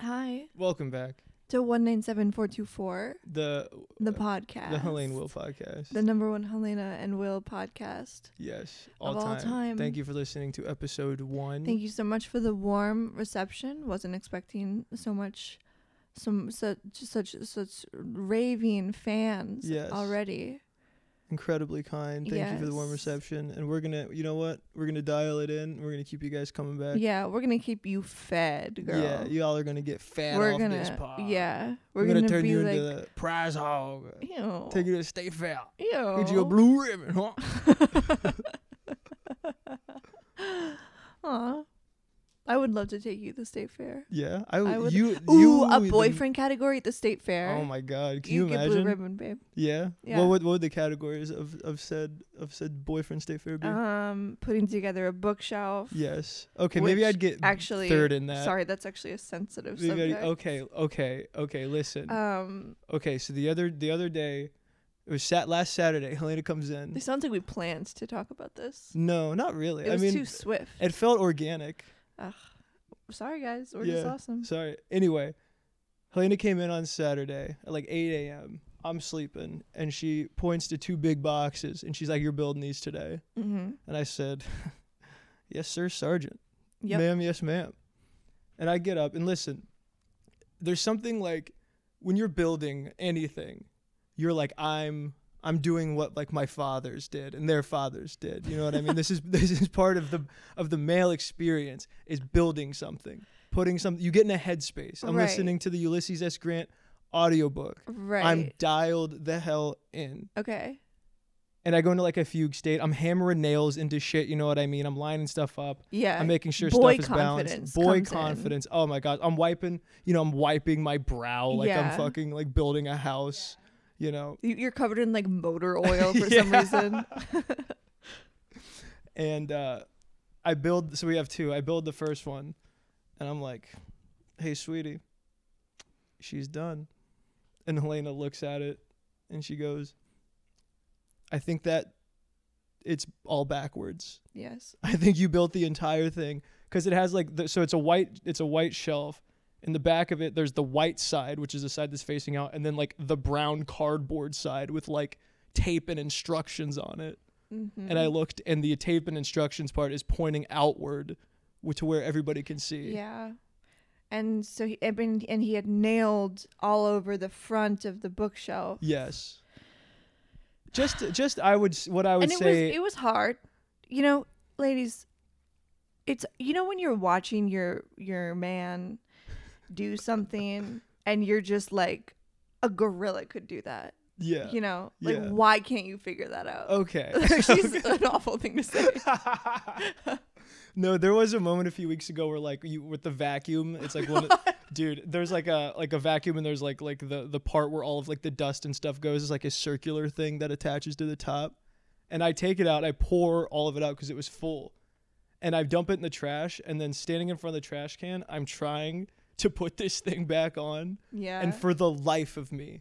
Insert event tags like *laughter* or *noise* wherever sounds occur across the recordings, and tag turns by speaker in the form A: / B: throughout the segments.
A: Hi
B: Welcome back.
A: to 197424,
B: The
A: the
B: uh,
A: podcast.
B: the Helene Will podcast.
A: The number one Helena and Will podcast.
B: yes,
A: of
B: all,
A: all
B: time.
A: time.
B: Thank you for listening to episode one.
A: Thank you so much for the warm reception. Wasn't expecting so much, some such such such raving fans
B: Yes.
A: already.
B: Incredibly kind. Thank you for the warm
A: Yes.
B: reception. And we're gonna, you know what? We're gonna dial it in. We're gonna keep you guys coming back.
A: Yeah, we're gonna keep you fed, girl.
B: Uh, Yeah, y'all are gonna get fat
A: we're
B: off
A: gonna
B: this pod.
A: yeah,
B: we're,
A: we're, gonna,
B: gonna, turn
A: be
B: you
A: like
B: into the prize hog.
A: ew,
B: Take you to stay fair.
A: ew.
B: Get you a blue ribbon, huh?
A: *laughs* Aw. I would love to take you to the state fair.
B: Yeah, I,
A: I would-
B: would. You,
A: Ooh,
B: you,
A: a
B: the-
A: boyfriend category at the state fair.
B: Oh my God! Can
A: you,
B: you,
A: get
B: imagine?
A: blue ribbon, babe.
B: Yeah.
A: Yeah.
B: What would what would the categories of, of said of said boyfriend state fair be?
A: Um, putting together a bookshelf.
B: yes. Okay. Maybe
A: which
B: I'd get
A: Actually,
B: third in that.
A: Sorry, that's actually a sensitive
B: Maybe I'd-
A: subject.
B: okay. Okay. Okay. Listen.
A: Um,
B: okay. So the other the other day, it was sat last Saturday. *laughs* Helena comes in.
A: it sounds like we planned to talk about this.
B: No, not really.
A: It
B: I
A: was
B: mean,
A: too swift.
B: it felt organic.
A: sorry, guys. We're just
B: Yeah.
A: awesome.
B: Sorry. Anyway, Helena came in on Saturday at like 8 a.m. I'm sleeping, and she points to two big boxes, and she's like, "You're building these today."
A: Mm-hmm.
B: And I said, *laughs* "Yes, sir, sergeant."
A: Yep.
B: ma'am, yes, ma'am. And I get up and listen. There's something like when you're building anything, you're like, I'm I'm doing what like my fathers did and their fathers did. You know what I mean? this is *laughs* this is part of the of the male experience is building something, putting something. You get in a headspace. I'm
A: Right.
B: listening to the Ulysses S. Grant audiobook.
A: Right.
B: I'm dialed the hell in
A: okay.
B: and I go into like a fugue state. I'm hammering nails into shit. You know what I mean? I'm lining stuff up.
A: Yeah.
B: I'm making sure
A: Boy
B: stuff is
A: confidence
B: balanced. Boy
A: comes in.
B: confidence. Oh my god. I'm wiping. You know, I'm wiping my brow like
A: Yeah.
B: I'm fucking like building a house. You know,
A: You- You're covered in like
B: *laughs*
A: motor oil for some
B: Yeah. *laughs*
A: reason.
B: and uh, I build. So we have two. I build the first one, and I'm like, "Hey, sweetie, she's done." And Helena looks at it, and she goes, "I think that it's all backwards."
A: yes.
B: I think you built the entire thing because it has like the, so it's a white it's a white shelf. In the back of it, there's the white side, which is the side that's facing out, and then like the brown cardboard side with like tape and instructions on it.
A: Mm-hmm.
B: And I looked, and the tape and instructions part is pointing outward, wh- to where everybody can see.
A: Yeah. And so he, I mean, and he had nailed all over the front of the bookshelf.
B: Yes. Just, just I would s- what I would
A: and it
B: say.
A: was it was hard. You know, ladies, it's you know when you're watching your your man do something and you're just like a gorilla could do that.
B: yeah.
A: You know, like
B: Yeah. Oh.
A: why can't you figure that out? *laughs*
B: okay.
A: That's
B: *laughs*
A: actually an awful thing to say.
B: no, there was a moment a few weeks ago where like you with the vacuum, it's like one of- dude, there's like a like a vacuum and there's like like the the part where all of like the dust and stuff goes is like a circular thing that attaches to the top. And I take it out, I pour all of it out cuz it was full. And I dump it in the trash and then standing in front of the trash can, I'm trying to put this thing back on
A: Yeah.
B: and for the life of me,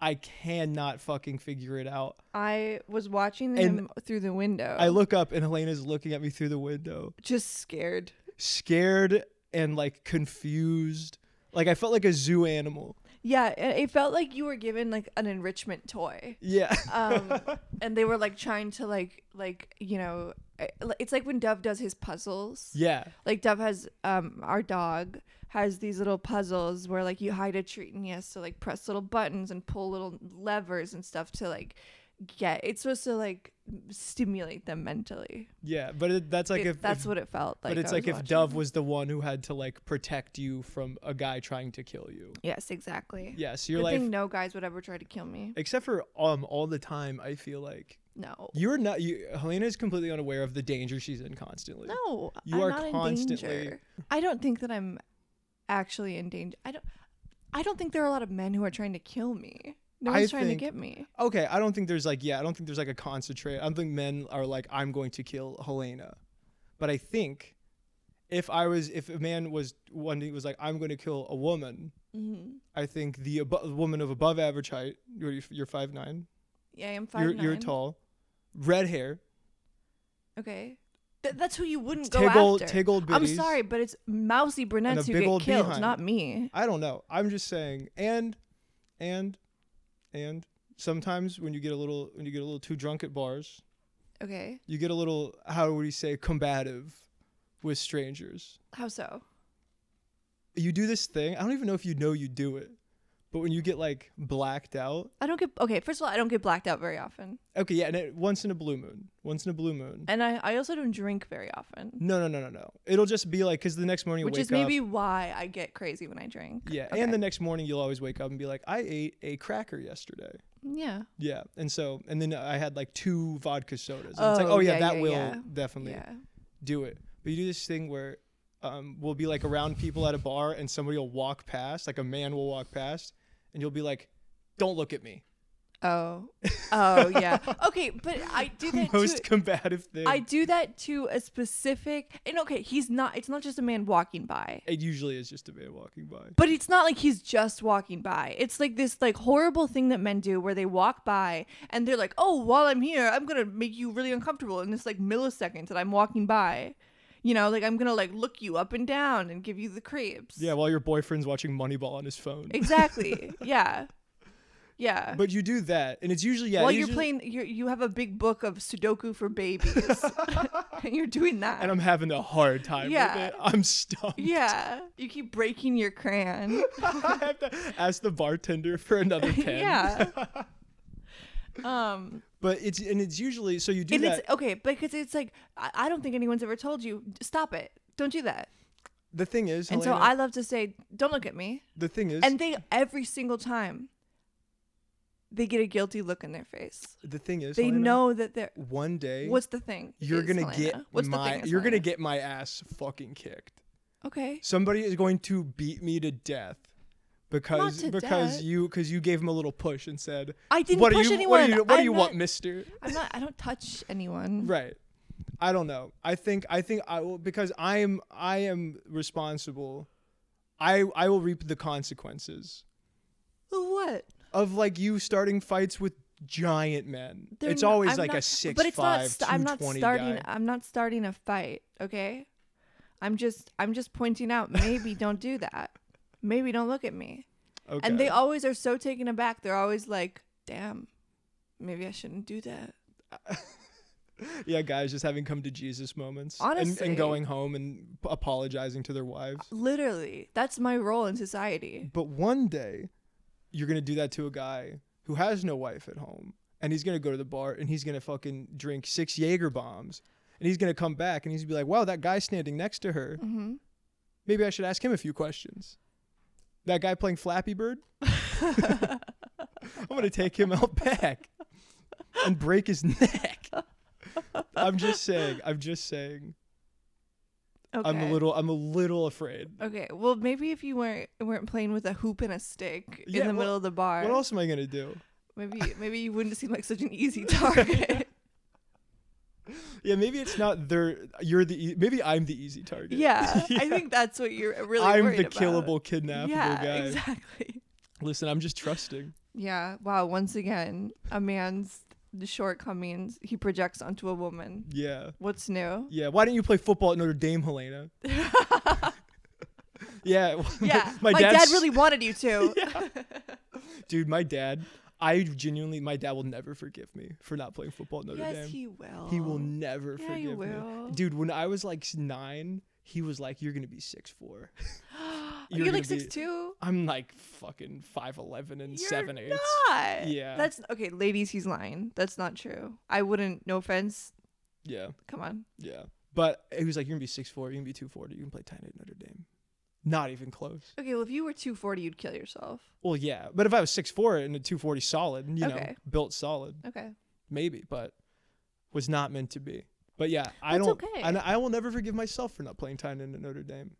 B: I cannot fucking figure it out.
A: I was watching
B: And-
A: him through the window.
B: I look up and Helena's looking at me through the window.
A: just scared.
B: scared and like confused. Like I felt like a zoo animal.
A: Yeah, it, it felt like you were given like an enrichment toy.
B: Yeah. *laughs*
A: Um, and they were like trying to like like you know, I- it's like when Dove does his puzzles.
B: yeah.
A: Like Dove has um our dog has these little puzzles where like you hide a treat and he has to like press little buttons and pull little levers and stuff to like get. It's supposed to like stimulate them mentally.
B: Yeah. But it, that's like
A: It-
B: if, if-
A: that's what it felt like.
B: but it's
A: I
B: like
A: was
B: if
A: watching.
B: Dove was the one who had to like protect you from a guy trying to kill you.
A: Yes, exactly.
B: Yeah. So your
A: Good
B: life,
A: thing no guys would ever try to kill me.
B: except for um all the time, I feel like
A: No.
B: you're not. You Helena is completely unaware of the danger she's in constantly.
A: No,
B: You
A: I'm
B: are
A: not
B: constantly-
A: in danger. I don't think that I'm actually in danger. I don't. I don't think there are a lot of men who are trying to kill me. No
B: I
A: one's trying
B: think-
A: to get me.
B: Okay. I don't think there's like yeah. I don't think there's like a concentrate. I don't think men are like I'm going to kill Helena. but I think if I was if a man was one day was like I'm going to kill a woman,
A: Mhm.
B: I think the abo- woman of above average height, you're you're five nine,
A: Yeah, I'm 5
B: you're you're tall, red hair,
A: Okay. Th- that's who you wouldn't go
B: Tig old,
A: after.
B: tig old
A: I'm
B: biddies.
A: sorry, but it's mousy brunettes who
B: big
A: get
B: old
A: killed,
B: behind.
A: not me.
B: I don't know. I'm just saying, and, and, and sometimes when you get a little when you get a little too drunk at bars,
A: Okay,
B: you get a little how would you say combative with strangers.
A: how so?
B: You do this thing. I don't even know if you know you do it, but when you get like blacked out,
A: I don't get okay. First of all, I don't get blacked out very often,
B: okay, yeah, and it, once in a blue moon, once in a blue moon.
A: and I, I also don't drink very often,
B: No, no, no, no, no. It'll just be like because the next morning you
A: which
B: wake
A: is maybe
B: up.
A: why I get crazy when I drink.
B: Yeah,
A: Okay.
B: and the next morning you'll always wake up and be like, I ate a cracker yesterday.
A: yeah,
B: Yeah, and so and then I had like two vodka sodas. And it's like,
A: Oh,
B: oh yeah,
A: yeah,
B: that
A: yeah,
B: will
A: yeah.
B: definitely
A: yeah.
B: do it. But you do this thing where um, we'll be like around people at a bar, and somebody will walk past, like a man will walk past, and you'll be like, "Don't look at me." *laughs*
A: Oh, oh yeah. Okay, but I do that
B: Most
A: too.
B: combative thing.
A: I do that to a specific. And okay, he's not. It's not just a man walking by.
B: it usually is just a man walking by.
A: But it's not like he's just walking by. It's like this like horrible thing that men do where they walk by and they're like, "Oh, while I'm here, I'm going to make you really uncomfortable in this like millisecond that I'm walking by." You know, like I'm going to like look you up and down and give you the creeps.
B: Yeah, while your boyfriend's watching Moneyball on his phone.
A: Exactly.
B: *laughs*
A: yeah. Yeah.
B: But you do that, and it's usually yeah.
A: while
B: it
A: you're
B: usually-
A: playing you you have a big book of Sudoku for
B: *laughs*
A: babies. *laughs* and you're doing that.
B: and I'm having a hard time
A: Yeah.
B: with it. I'm
A: *laughs*
B: stumped.
A: yeah. You keep breaking your crayon.
B: *laughs* I have to ask the bartender for
A: *laughs*
B: another pen. *laughs*
A: yeah. Um
B: But it's and it's usually so you do
A: and
B: that.
A: it's okay because it's like I, I don't think anyone's ever told you stop it don't do that
B: the thing is,
A: and so
B: Helena,
A: i love to say don't look at me
B: the thing is,
A: and they every single time they get a guilty look in their face
B: the thing is,
A: they
B: Helena,
A: know that they're
B: one day
A: what's the thing
B: you're
A: is,
B: gonna
A: Helena?
B: get
A: what's
B: my
A: the thing is,
B: you're gonna
A: Helena?
B: get my ass fucking kicked.
A: okay
B: Somebody is going to beat me to death because
A: to
B: because
A: death.
B: you because you gave him a little push and said,
A: I didn't
B: what
A: push
B: do you,
A: anyone.
B: What do you, what do
A: I'm
B: you
A: not-
B: want, Mister?
A: i'm not i don't touch anyone
B: Right. I don't know. I think I think I will because I am I am responsible. I I will reap the consequences
A: Of what
B: of like you starting fights with giant men.
A: They're
B: it's
A: not-
B: always
A: I'm
B: like a
A: not-
B: six
A: but it's
B: five,
A: not st- i'm not
B: 220
A: starting
B: guy.
A: i'm not starting a fight okay i'm just i'm just pointing out
B: *laughs*
A: maybe don't do that maybe don't look at me
B: Okay.
A: and they always are so taken aback they're always like damn maybe i shouldn't do that
B: yeah, guys, just having come to Jesus moments, and,
A: Honestly.
B: and going home and p- apologizing to their wives.
A: literally that's my role in society
B: But one day, you're gonna do that to a guy who has no wife at home, and he's gonna go to the bar and he's gonna fucking drink six Jaeger bombs, and he's gonna come back and he's gonna be like, "Wow, that guy standing next to her.
A: *laughs* hmm
B: Maybe I should ask him a few questions." That guy playing Flappy Bird. I'm gonna take him out *laughs* back and break his neck. I'm just saying. I'm just saying.
A: okay
B: I'm a little. I'm a little afraid.
A: okay well maybe if you weren't weren't playing with a hoop and a stick
B: Yeah,
A: in the
B: well,
A: middle of the bar
B: What else am I gonna do?
A: maybe maybe you wouldn't seem like such an
B: *laughs*
A: easy target
B: Yeah, maybe it's not their. You're the. e- Maybe I'm the easy target. *laughs*
A: yeah, i think that's what you're really
B: I'm
A: worried
B: the
A: about.
B: killable, kidnappable
A: yeah
B: guy.
A: exactly
B: Listen, I'm just trusting.
A: yeah wow once again a man's shortcomings he projects onto a woman
B: Yeah,
A: what's new
B: *laughs* yeah. Why didn't you play football at Notre
A: *laughs*
B: Dame, Helena? yeah, *laughs*
A: yeah
B: My
A: my,
B: dad's-
A: dad really wanted you
B: *laughs*
A: to
B: dude. My dad. I genuinely, my dad will never forgive me for not playing football at Notre
A: yes
B: Dame.
A: he will
B: He will never
A: Yeah, he
B: forgive
A: will. *gasps*
B: me, dude. When I was like nine, he was like, "You're gonna be six four. *laughs*
A: you're,
B: gonna
A: like
B: be-
A: six two
B: I'm like fucking five eleven and
A: You're
B: seven eighths.
A: not.
B: Yeah.
A: that's okay ladies he's lying that's not true i wouldn't no offense
B: Yeah.
A: come on
B: Yeah. But he was like, You're gonna be six four, you're gonna be two forty, you can play ten at Notre Dame. Not even close.
A: okay well if you were 240 you'd kill yourself
B: Well, yeah. But if I was six four and a two forty solid, you know,
A: Okay.
B: built solid,
A: okay
B: maybe, but was not meant to be. But yeah, I
A: That's
B: don't
A: okay.
B: and I will never forgive myself for not playing ten at Notre Dame.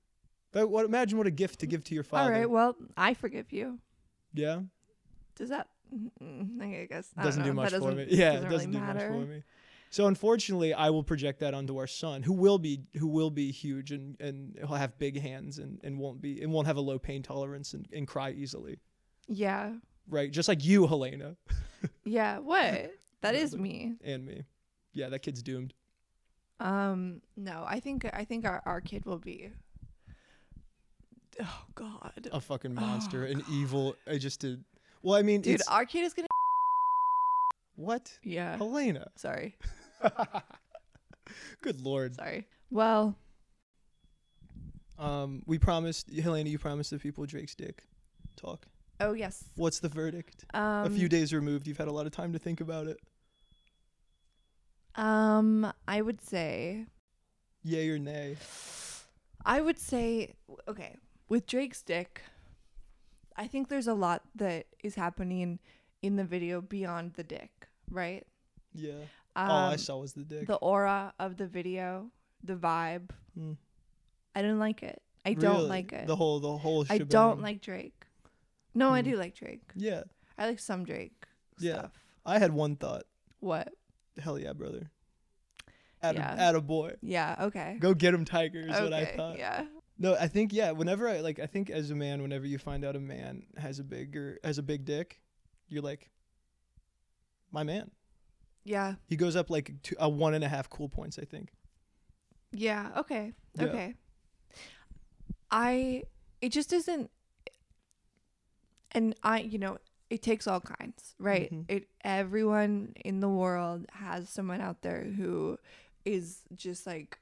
B: That, what imagine what a gift to give to your father.
A: all right well i forgive you
B: yeah.
A: does that mm, I guess I don't
B: Doesn't
A: know.
B: do
A: That
B: much for
A: doesn't-
B: me. Yeah, it doesn't
A: really
B: do
A: matter.
B: much for me. So unfortunately, I will project that onto our son, who will be who will be huge and and he'll have big hands and and won't be and won't have a low pain tolerance and, and cry easily.
A: Yeah.
B: Right, just like you, Helena, *laughs*
A: Yeah. What? That is
B: Really?
A: me.
B: and me. Yeah, that kid's doomed.
A: Um, no, I think I think our, our kid will be. Oh God,
B: a
A: *gasps*
B: fucking monster, an evil. I just did. Well, I mean,
A: dude,
B: it's,
A: our kid is gonna.
B: what
A: Yeah.
B: Helena?
A: Sorry,
B: Good lord.
A: sorry. Well,
B: Um, we promised Helena. You promised the people Drake's dick talk.
A: oh yes.
B: What's the verdict?
A: Um,
B: a few days removed. You've had a lot of time to think about it.
A: Um, I would say,
B: Yay or nay?
A: I would say, okay, with Drake's dick, I think there's a lot that is happening in the video beyond the dick, right?
B: Yeah.
A: Um,
B: All Oh, I saw was the dick.
A: the aura of the video, the vibe.
B: Mm.
A: I didn't like it. I don't
B: Really?
A: like it.
B: The whole the whole.
A: I
B: Shebang.
A: don't like Drake. No, I
B: Mm.
A: do like Drake.
B: Yeah,
A: I like some Drake
B: Yeah.
A: stuff.
B: I had one thought.
A: What?
B: Hell yeah, brother. At
A: Yeah.
B: a at a boy.
A: Yeah. Okay.
B: Go get him, Tiger. Is
A: okay.
B: what I thought.
A: Yeah.
B: No, I think yeah. Whenever I like, I think as a man, whenever you find out a man has a bigger has a big dick, you're like, my man.
A: Yeah.
B: He goes up like two, a one and a half cool points. I think.
A: Yeah. Okay.
B: Yeah.
A: Okay. I. It just isn't. And I, you know, it takes all kinds, right?
B: Mhm.
A: It everyone in the world has someone out there who is just like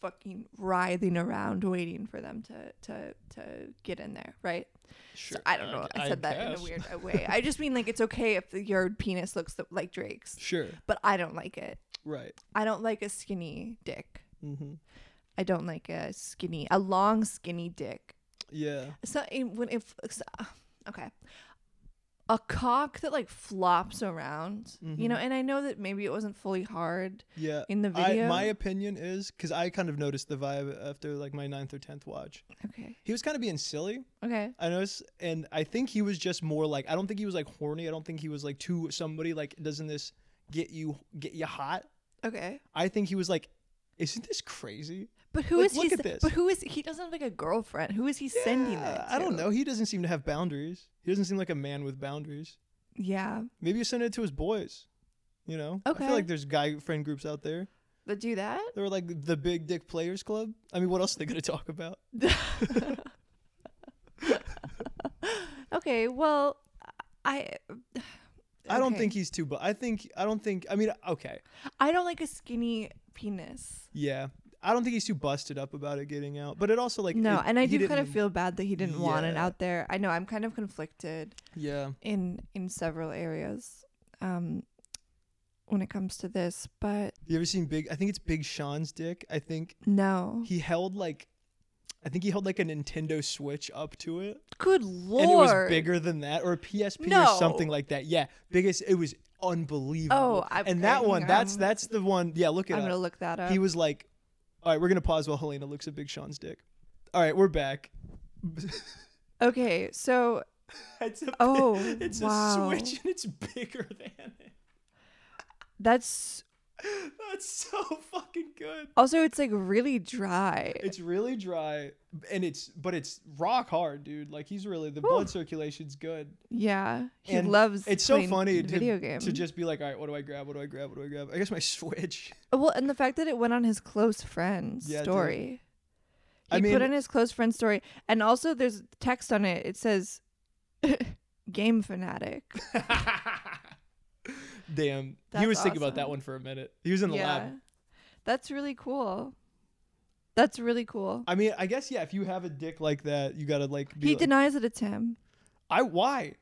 A: fucking writhing around waiting for them to to to get in there, right?
B: Sure.
A: So I don't know. I, said that in a
B: guess.
A: weird
B: *laughs*
A: uh, way. I just mean like it's okay if your penis looks th- like Drake's,
B: Sure.
A: but I don't like it.
B: Right.
A: I don't like a skinny dick.
B: Mm-hmm.
A: I don't like a skinny, a long skinny dick.
B: Yeah.
A: So in- when if so- *sighs* okay, a cock that like flops around, you know.
B: Mhm.
A: And I know that maybe it wasn't fully hard
B: Yeah.
A: in the
B: Uh, I,
A: video.
B: my opinion is because I kind of noticed the vibe after like my ninth or tenth watch.
A: okay,
B: He was kind of being silly.
A: okay,
B: I noticed, and I think he was just more like I don't think he was like horny. I don't think he was like to somebody like doesn't this get you get you hot?
A: okay.
B: I think he was like, isn't this crazy?
A: But who
B: Like,
A: is
B: look
A: he?
B: at
A: s-
B: this.
A: But who is he? Doesn't have like a girlfriend. Who is he sending
B: Yeah,
A: that?
B: I don't
A: to?
B: know. He doesn't seem to have boundaries. He doesn't seem like a man with boundaries.
A: Yeah,
B: Maybe he's sending it to his boys. You know, I
A: Okay.
B: feel like there's guy friend groups out there.
A: but do that.
B: They were like the Big Dick Players Club. I mean, what else are they gonna *laughs* talk about?
A: okay, well, I
B: I don't
A: Okay.
B: think he's too. But I think I don't think. I mean, okay,
A: I don't like a skinny penis.
B: yeah. I don't think he's too busted up about it getting out. But it also like
A: no,
B: it-
A: and I
B: he
A: do kind of
B: didn't-
A: feel bad that he didn't want it
B: Yeah.
A: out there. I know I'm kind of conflicted
B: yeah.
A: in in several areas um when it comes to this, but
B: You ever seen Big? I think it's Big Sean's dick. I think
A: no.
B: he held like, I think he held like a Nintendo Switch up to it,
A: Good lord.
B: and it was bigger than that, or a PSP or something
A: No.
B: like that. Yeah, biggest. It was unbelievable.
A: Oh, I-
B: and
A: I
B: that
A: think
B: one, that's
A: I'm-
B: that's the one. Yeah, look
A: I'm
B: at
A: going to
B: it.
A: look that
B: up.
A: up.
B: He was like, all right, we're gonna pause while Helena looks at Big Sean's dick. All right, we're back.
A: okay, so
B: *laughs* it's a,
A: Oh,
B: it's
A: wow.
B: a Switch and it's bigger than it.
A: that's
B: That's so fucking good.
A: also it's like really dry.
B: It's really dry, and it's but it's rock hard, dude. Like he's really the blood circulation's good.
A: yeah. He
B: and
A: loves
B: It's so
A: playing
B: funny to,
A: video games.
B: to just be like, all right, what do I grab? What do I grab? What do I grab? I guess my *laughs* Switch.
A: Well, and the fact that it went on his close friend's
B: Yeah, it did.
A: story. He
B: I mean-
A: put in his close friend's story, and also there's text on it. It says, *laughs* "Game fanatic."
B: *laughs* Damn, he
A: That's
B: was thinking about that
A: awesome.
B: one for a minute. He was in the
A: yeah,
B: lab.
A: that's really cool. That's really cool.
B: I mean, I guess yeah. If you have a dick like that, you gotta like. Be
A: he
B: like,
A: denies that it's him.
B: I why?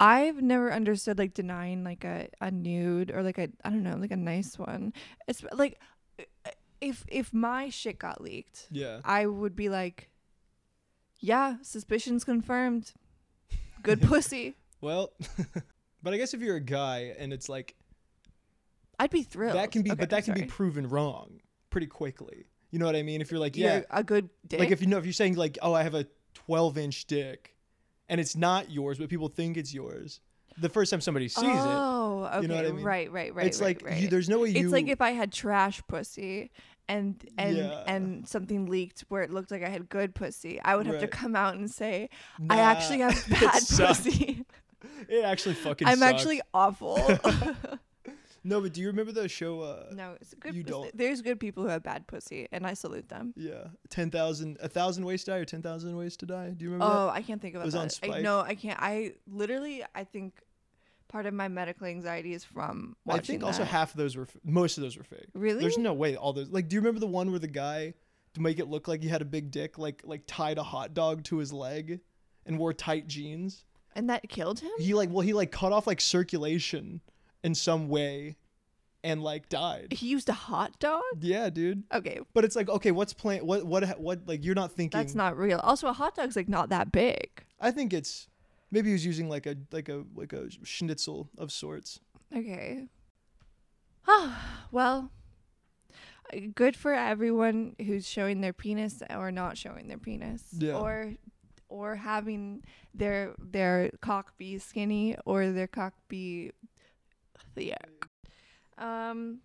A: I've never understood like denying like a, a nude or like a I don't know like a nice one. It's like if if my shit got leaked,
B: Yeah.
A: I would be like, yeah, suspicions
B: *laughs*
A: confirmed. Good pussy.
B: Well, *laughs* but I guess if you're a guy and it's like
A: I'd be thrilled.
B: that can be,
A: Okay,
B: but that can be
A: sorry.
B: proven wrong pretty quickly. You know what I mean? If you're like,
A: You're
B: yeah,
A: a good dick.
B: Like if you know if you're saying like, oh, I have a 12 inch dick, and it's not yours, but people think it's yours. The first time somebody sees
A: oh, okay,
B: You know what I mean?
A: right, right, right.
B: it's
A: right,
B: like
A: right.
B: You, there's no way you.
A: it's like if I had trash pussy and and
B: Yeah.
A: and something leaked where it looked like I had good pussy, I would have to
B: Right.
A: come out and say I
B: Nah,
A: actually have
B: *laughs* it
A: bad
B: sucked.
A: pussy.
B: It actually fucking.
A: I'm
B: *laughs* sucks.
A: actually awful.
B: No, but do you remember the show? Uh,
A: *laughs* No, it's good.
B: You
A: pus-
B: don't.
A: There's good people who have bad pussy, and I salute them.
B: Yeah, ten thousand, a thousand ways to die, or ten thousand ways to die. Do you remember?
A: Oh, I can't think about
B: was
A: that.
B: on
A: I,
B: Spike.
A: no, I can't. I literally, I think part of my medical anxiety is from
B: that? I
A: watching.
B: think also
A: that.
B: half of those were, f- most of those were fake.
A: really.
B: There's no way all those. Like, do you remember the one where the guy to make it look like he had a big dick, like like tied a hot dog to his leg, and wore tight jeans?
A: and that killed him.
B: He like, well, he like cut off like circulation in some way, and like
A: *laughs*
B: died.
A: He used a hot dog.
B: Yeah, dude.
A: Okay,
B: But it's like, okay, what's plan? What what ha- what? Like, you're not thinking.
A: that's not real. Also, a hot dog's like not that big.
B: I think it's maybe he was using like a like a like a schnitzel of sorts.
A: Okay. Ah, well, uh, good for everyone who's showing their penis or not showing their penis,
B: Yeah.
A: or or having their their cock be skinny or their cock be thick. Um,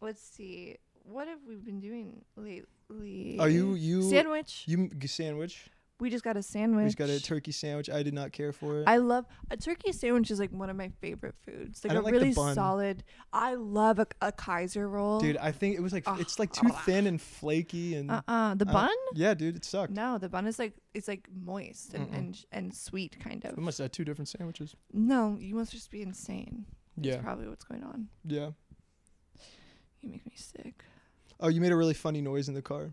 A: let's see. What have we been doing lately?
B: Are you you
A: sandwich?
B: you m- sandwich?
A: we just got a
B: We
A: sandwich.
B: just got a turkey sandwich. I did not care for it.
A: I love a turkey sandwich is like one of my favorite foods. Like
B: don't
A: a
B: like the
A: really
B: bun.
A: solid. I love a, a Kaiser roll.
B: dude, I think it was like
A: Oh,
B: it's like too
A: oh.
B: thin and flaky and
A: Uh uh The
B: I don't-
A: bun?
B: yeah, dude, it sucked.
A: No, the bun is like it's like moist and
B: Mm-mm.
A: and, and sweet kind
B: We
A: of.
B: must have had two different sandwiches.
A: No, you must just be insane. That's
B: Yeah,
A: probably what's going on.
B: yeah.
A: You make me sick.
B: Oh, you made a really funny noise in the car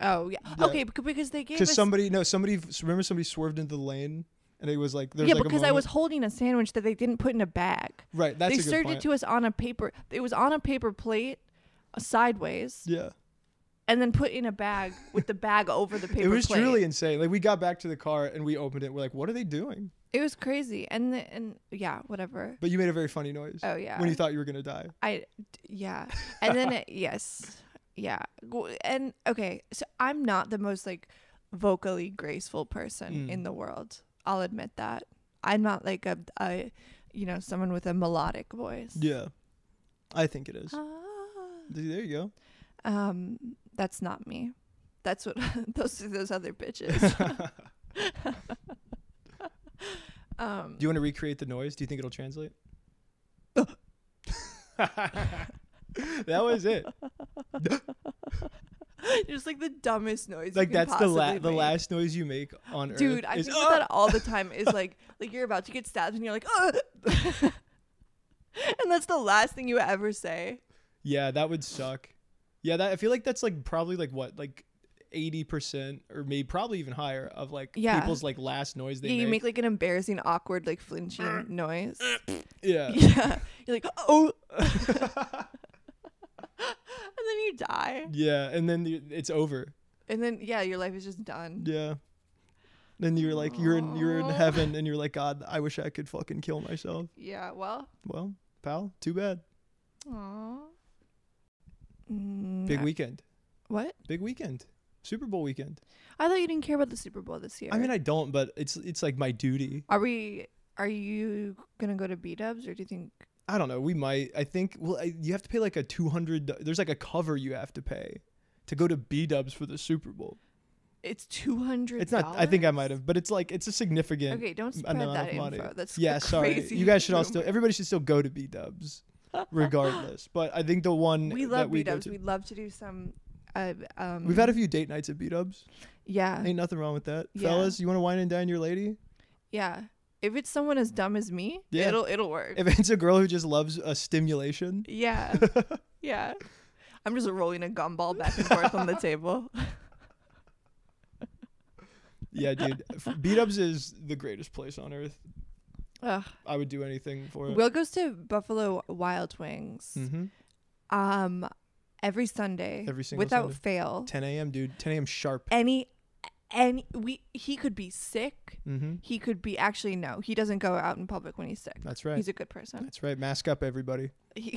A: Oh yeah.
B: Yeah.
A: Okay, becau- because they gave
B: because
A: us.
B: somebody no somebody remember somebody swerved into the lane and it was like there was
A: yeah,
B: like a
A: because I was
B: moment-
A: holding a sandwich that they didn't put in a bag.
B: right. That's
A: they
B: a good
A: served
B: point.
A: it to us on a paper. It was on a paper plate, uh, sideways,
B: yeah,
A: and then put in a bag with the bag over the paper.
B: it was
A: plate.
B: truly insane. Like we got back to the car and we opened it. We're like, what are they doing?
A: It was crazy, and the, and yeah, whatever.
B: But you made a very funny noise
A: Oh yeah.
B: when you thought you were gonna die.
A: I d- yeah, and then
B: *laughs*
A: it, yes, yeah, Go- and okay. So I'm not the most like vocally graceful person
B: Mm.
A: in the world. I'll admit that. I'm not like a, a you know someone with a melodic voice.
B: Yeah, I think it is.
A: Ah.
B: There you go.
A: Um, that's not me. That's what *laughs* those are those other
B: *laughs*
A: bitches. *laughs* um,
B: Do you want to recreate the noise? Do you think it'll translate? *laughs* that
A: *laughs*
B: was it.
A: just like the dumbest noise. you
B: Like
A: can
B: that's the la-
A: possibly
B: the
A: make.
B: last noise you make on earth.
A: Dude, I
B: is, "Ah!"
A: think about that all the time. Is like
B: *laughs*
A: like you're about to get stabbed and you're like, "Ugh." *laughs* and that's the last thing you ever say.
B: Yeah, that would suck. Yeah, that I feel like that's like probably like what like. 80% or maybe probably even higher of like
A: Yeah.
B: people's like last noise they
A: yeah, you
B: make. Uh.
A: make like an embarrassing, awkward, like flinching noise.
B: yeah
A: *laughs*
B: *laughs*
A: yeah, you're like, oh, *laughs* and then you die,
B: yeah and then the, it's over
A: and then yeah, your life is just done.
B: yeah then you're like you're in you're in
A: Aw.
B: heaven and you're like god i wish i could fucking kill myself
A: Yeah, well,
B: well pal too bad
A: aw.
B: big
A: Mm,
B: weekend
A: What?
B: big weekend super bowl weekend
A: I thought you didn't care about the Super Bowl this year.
B: i mean i don't but it's it's like my duty
A: are we? Are you gonna go to B Dubs, or do you think?
B: i don't know we might i think well I, you have to pay like a 200 do- there's like a cover you have to pay to go to b-dubs for the super bowl
A: It's two hundred.
B: it's not i think i might have but it's like it's a significant
A: Okay, don't spread
B: amount
A: that
B: of
A: info.
B: money.
A: That's *laughs*
B: yeah
A: crazy.
B: sorry you guys should
A: *laughs*
B: all still everybody should still go to b-dubs regardless but i think the one
A: We
B: that
A: love
B: we
A: B
B: go
A: dubs.
B: to-
A: We'd love to do some. Uh, um,
B: we've had a few date nights at b-dubs
A: yeah,
B: ain't nothing wrong with that
A: Yeah.
B: fellas you want to wine and dine your lady
A: yeah. If it's someone as dumb as me,
B: Yeah.
A: it'll it'll work.
B: if it's a girl who just loves uh, stimulation
A: yeah,
B: *laughs*
A: yeah. I'm just rolling a gumball back and forth on the
B: *laughs*
A: table.
B: yeah dude
A: *laughs*
B: F- b-dubs is the greatest place on earth
A: Ugh.
B: i would do anything for it
A: Will goes to Buffalo Wild Wings.
B: hmm
A: Um, every Sunday,
B: Every single
A: without
B: Sunday.
A: fail.
B: 10 a.m dude 10 a.m sharp
A: Any, any we he could be sick.
B: mm-hmm.
A: He could be actually no. He doesn't go out in public when he's sick.
B: that's right
A: He's a good person.
B: that's right mask up everybody
A: He,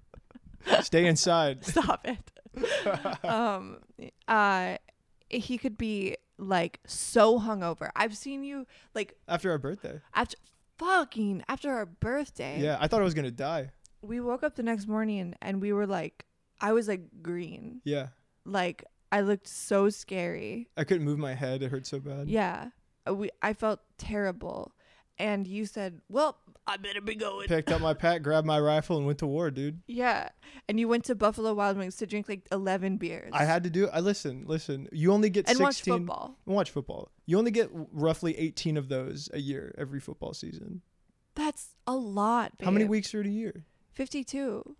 A: *laughs*
B: stay inside *laughs*
A: stop it. um, uh, he could be like so hungover. I've seen you like
B: after our birthday
A: after fucking after our birthday.
B: yeah i thought i was gonna die
A: We woke up the next morning and, and we were like, I was like green.
B: yeah
A: Like I looked so scary.
B: I couldn't move my head. It hurt so bad.
A: Yeah. Uh, We I felt terrible. And you said, "Well, I better be going.
B: Picked up my pack, grabbed my rifle, and went to war, dude.
A: Yeah. And you went to Buffalo Wild Wings to drink like 11 beers.
B: I had to do. I listen, listen. You only get
A: And watch
B: 16
A: football.
B: Watch football. You only get roughly 18 of those a year every football season.
A: That's a lot.
B: How many
A: babe.
B: weeks are in a year?
A: 52.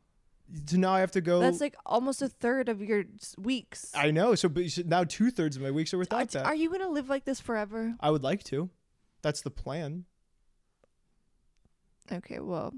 B: So now I have to go.
A: That's like almost a third of your s- weeks.
B: I know. So, but you should- now two thirds of my weeks are
A: Are,
B: without that.
A: are you going to live like this forever?
B: I would like to. That's the plan.
A: Okay, well,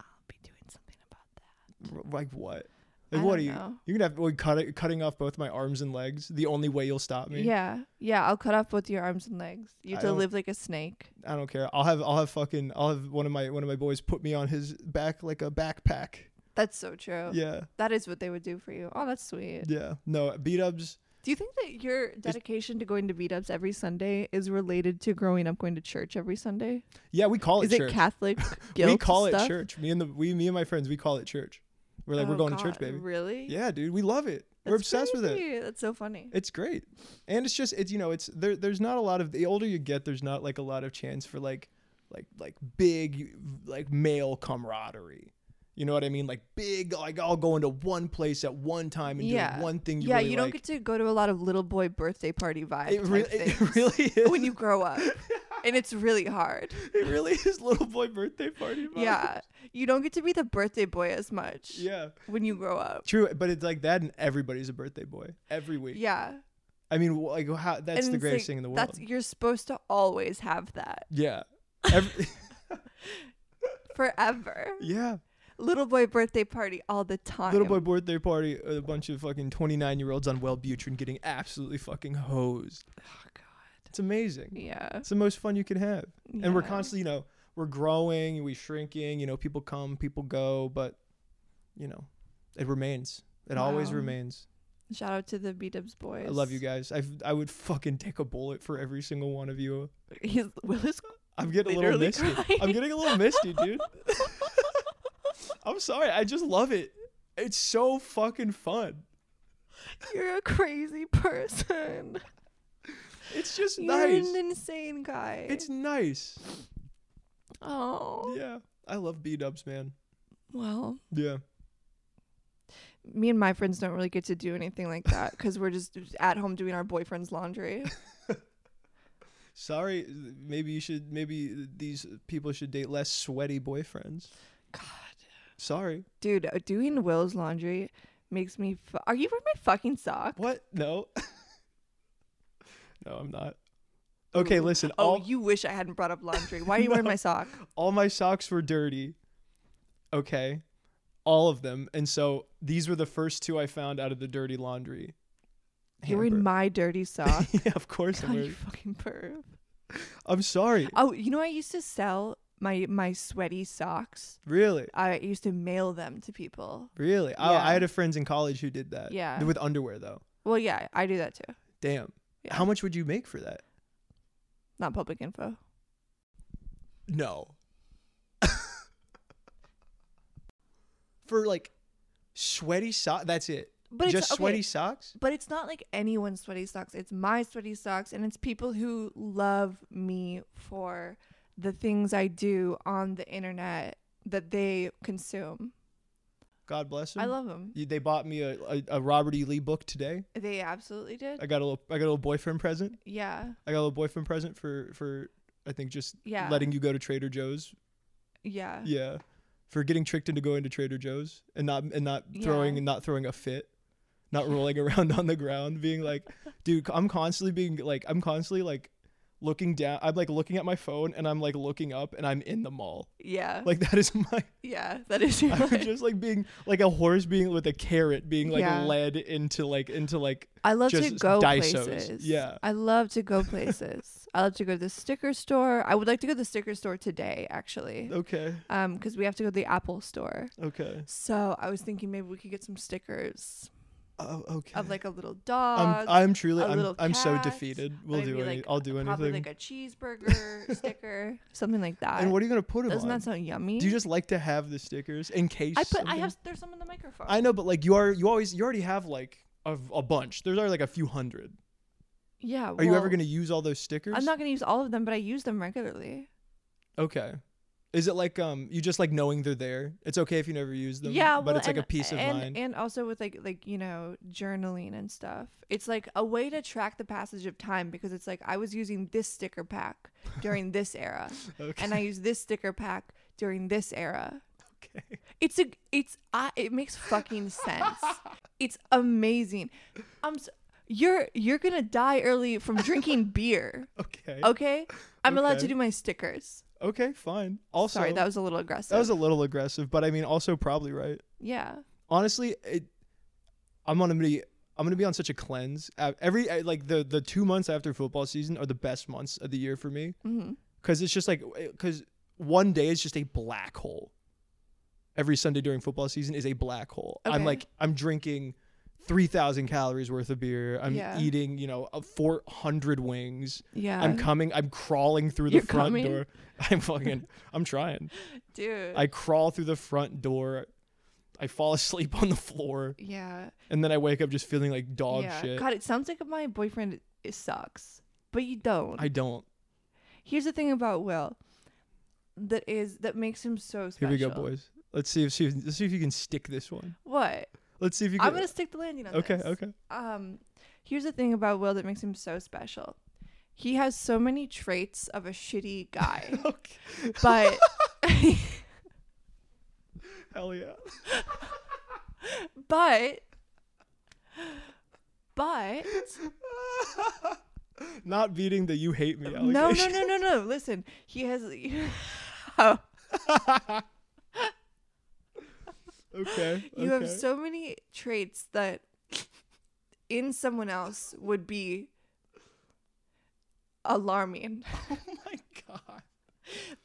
A: I'll be doing something about that.
B: R- Like what?
A: I
B: Like what
A: don't
B: are you?
A: know.
B: You're gonna have well, cut it, cutting off both my arms and legs. The only way you'll stop me.
A: Yeah. Yeah, I'll cut off both your arms and legs. You have
B: I
A: to
B: don't-
A: live like a snake.
B: I don't care. I'll have I'll have fucking I'll have one of my one of my boys put me on his back like a backpack.
A: That's so true.
B: Yeah,
A: That is what they would do for you. Oh, that's sweet.
B: yeah. No beat ups.
A: Do you think that your dedication to going to beat ups every Sunday is related to growing up going to church every Sunday?
B: Yeah, we call it
A: Is it
B: church.
A: Catholic guilt?
B: *laughs* we call it
A: stuff?
B: church. Me and the we me and my friends we call it church. We're like we're
A: Oh,
B: going to church,
A: God,
B: baby.
A: Really?
B: Yeah, dude, we love it. we're
A: That's
B: obsessed with it.
A: crazy. That's so funny.
B: It's great, and it's just it's you know it's there. There's not a lot of the older you get, there's not like a lot of chance for like like like big like male camaraderie. You know what I mean? Like big, like all going to one place at one time and
A: Yeah.
B: doing one thing. You
A: yeah,
B: really
A: you don't
B: like.
A: get to go to a lot of little boy birthday party vibes.
B: it, re- *laughs* it really is.
A: when you grow up, and it's really
B: *laughs*
A: hard.
B: it really is little boy birthday party. vibes.
A: Yeah, you don't get to be the birthday boy as much
B: Yeah.
A: when you grow up.
B: True, but it's like that, and everybody's a birthday boy every week.
A: Yeah,
B: I mean, wh- like how that's
A: And
B: the
A: it's
B: greatest
A: like,
B: thing in the world.
A: That's you're supposed to always have that
B: yeah. *laughs* Every-
A: forever.
B: yeah.
A: Little boy birthday party all the time.
B: Little boy birthday party, a bunch of fucking 29 year olds on Wellbutrin getting absolutely fucking hosed.
A: Oh, God.
B: It's amazing.
A: Yeah.
B: It's the most fun you can have. And we're
A: yeah.
B: constantly, you know, we're growing, we're shrinking, you know, people come, people go, but, you know, it remains. It always
A: Wow.
B: remains.
A: Shout out to the B Dubs boys.
B: I love you guys. I I would fucking take a bullet for every single one of you.
A: *laughs* He's Will is
B: I'm getting a little
A: Literally
B: misty. I'm
A: crying.
B: getting a little misty,
A: *laughs*
B: dude. *laughs* I'm sorry. I just love it. It's so fucking fun.
A: You're a crazy person.
B: It's just
A: You're
B: nice.
A: an insane guy.
B: It's nice.
A: oh
B: Yeah. I love B dubs, man.
A: well.
B: Yeah.
A: Me and my friends don't really get to do anything like that because we're just at home doing our boyfriend's
B: *laughs*
A: laundry.
B: Sorry. Maybe you should, maybe these people should date less sweaty boyfriends.
A: God,
B: Sorry.
A: dude, uh, doing Will's laundry makes me. Fu- Are you wearing my fucking sock?
B: What? No. *laughs* no, I'm not. Okay,
A: Ooh.
B: listen.
A: Oh,
B: all,
A: you wish I hadn't brought up laundry.
B: *laughs*
A: Why are you wearing
B: No.
A: my sock?
B: all my socks were dirty. Okay. All of them. And so these were the first two I found out of the dirty laundry.
A: You're in
B: hamper.
A: my
B: *laughs*
A: dirty sock. *laughs*
B: yeah, of course
A: God,
B: I'm
A: you
B: wearing.
A: fucking perv.
B: I'm sorry.
A: Oh, you know I used to sell my my sweaty socks.
B: Really?
A: I used to mail them to people.
B: Really? Oh,
A: Yeah.
B: I had a friends in college who did that.
A: Yeah.
B: With underwear though.
A: Well, yeah, I do that too.
B: Damn.
A: Yeah.
B: How much would you make for that?
A: Not public info.
B: No. *laughs* for like sweaty sock. That's it.
A: But
B: Just
A: it's okay,
B: sweaty socks?
A: But it's not like anyone's sweaty socks. It's my sweaty socks, and it's people who love me for the things I do on the internet that they consume.
B: God bless them.
A: I love them.
B: You- they bought me a, a, a Robert E. Lee book today.
A: They absolutely did.
B: I got a little I got a little boyfriend present.
A: Yeah,
B: I got a little boyfriend present for for I think just
A: Yeah.
B: letting you go to Trader Joe's.
A: yeah.
B: Yeah. For getting tricked into going to Trader Joe's and not and not throwing
A: Yeah.
B: and not throwing a fit. Not rolling around *laughs* on the ground being like, dude, I'm constantly being like I'm constantly like looking down. I'm like looking at my phone and I'm like looking up and I'm in the mall. *laughs*
A: Yeah,
B: Like that is my
A: yeah, that is
B: *laughs*
A: your
B: I'm
A: life.
B: just like being like a horse being with a carrot being like
A: Yeah.
B: led into like into like
A: I love to
B: just
A: go
B: Daisos.
A: places.
B: Yeah.
A: I love to go places. *laughs* I love to go to the sticker store. I would like to go to the sticker store today, actually,
B: okay,
A: um, because we have to go to the Apple store.
B: okay.
A: So I was thinking maybe we could get some stickers
B: Oh, okay.
A: of like a little dog.
B: I'm, I'm truly,
A: a
B: I'm,
A: little
B: I'm so
A: cat,
B: defeated. We'll
A: maybe,
B: do any,
A: like,
B: I'll do
A: Probably
B: anything.
A: like a
B: *laughs*
A: cheeseburger sticker, something like that.
B: and what are you gonna put them
A: Doesn't
B: on?
A: that sound yummy?
B: do you just like to have the stickers in case?
A: I put. I
B: something-
A: have. There's some on the microphone.
B: I know, but like you are, you always, you already have like a, a bunch. There's already like a few hundred.
A: yeah.
B: Are you ever
A: well,
B: gonna use all those stickers?
A: I'm not gonna use all of them, but I use them regularly.
B: Okay. Is it like um you just like knowing they're there? It's okay if you never use them.
A: yeah,
B: but
A: well,
B: it's like
A: and,
B: a peace of
A: and,
B: mind.
A: and also with like like you know journaling and stuff. It's like a way to track the passage of time because it's like I was using this sticker pack during this era,
B: *laughs* okay.
A: and I used this sticker pack during this era.
B: *laughs* okay.
A: It's a it's I it makes fucking
B: *laughs*
A: sense. it's amazing. I'm s you're you're gonna die early from
B: *laughs*
A: drinking beer.
B: Okay.
A: Okay, I'm allowed to
B: Okay.
A: do my stickers.
B: Okay, fine. Also
A: Sorry, that was a little aggressive.
B: that was a little aggressive, but I mean also probably right.
A: yeah.
B: honestly, it, I'm gonna be I'm gonna be on such a cleanse. Uh, Every uh, like the the two months after football season are the best months of the year for me
A: hmm
B: because it's just like because one day is just a black hole. Every Sunday during football season is a black hole.
A: Okay.
B: I'm like I'm drinking. 3000 calories worth of beer. I'm
A: Yeah.
B: eating, you know, a 400 wings.
A: Yeah.
B: I'm coming. I'm crawling through
A: You're
B: the front
A: coming?
B: door. *laughs* I'm fucking I'm trying.
A: Dude.
B: I crawl through the front door. I fall asleep on the floor.
A: yeah.
B: And then I wake up just feeling like dog
A: yeah.
B: shit.
A: God, it sounds like my boyfriend it sucks, but you don't.
B: I don't.
A: Here's the thing about Will that is that makes him so
B: Here
A: special.
B: we go, boys. Let's see if see, let's see if you can stick this one.
A: What?
B: Let's see if you can.
A: I'm gonna stick the landing on
B: okay,
A: this.
B: okay.
A: Um, here's the thing about Will that makes him so special. He has so many traits of a shitty
B: *laughs*
A: guy,
B: Okay.
A: but
B: Hell yeah.
A: *laughs* but but
B: Not beating the you hate me allegation. *laughs*
A: no no no no no. Listen, he has. *laughs* oh.
B: Okay.
A: you
B: okay.
A: have so many traits that in someone else would be alarming
B: *laughs* Oh my god.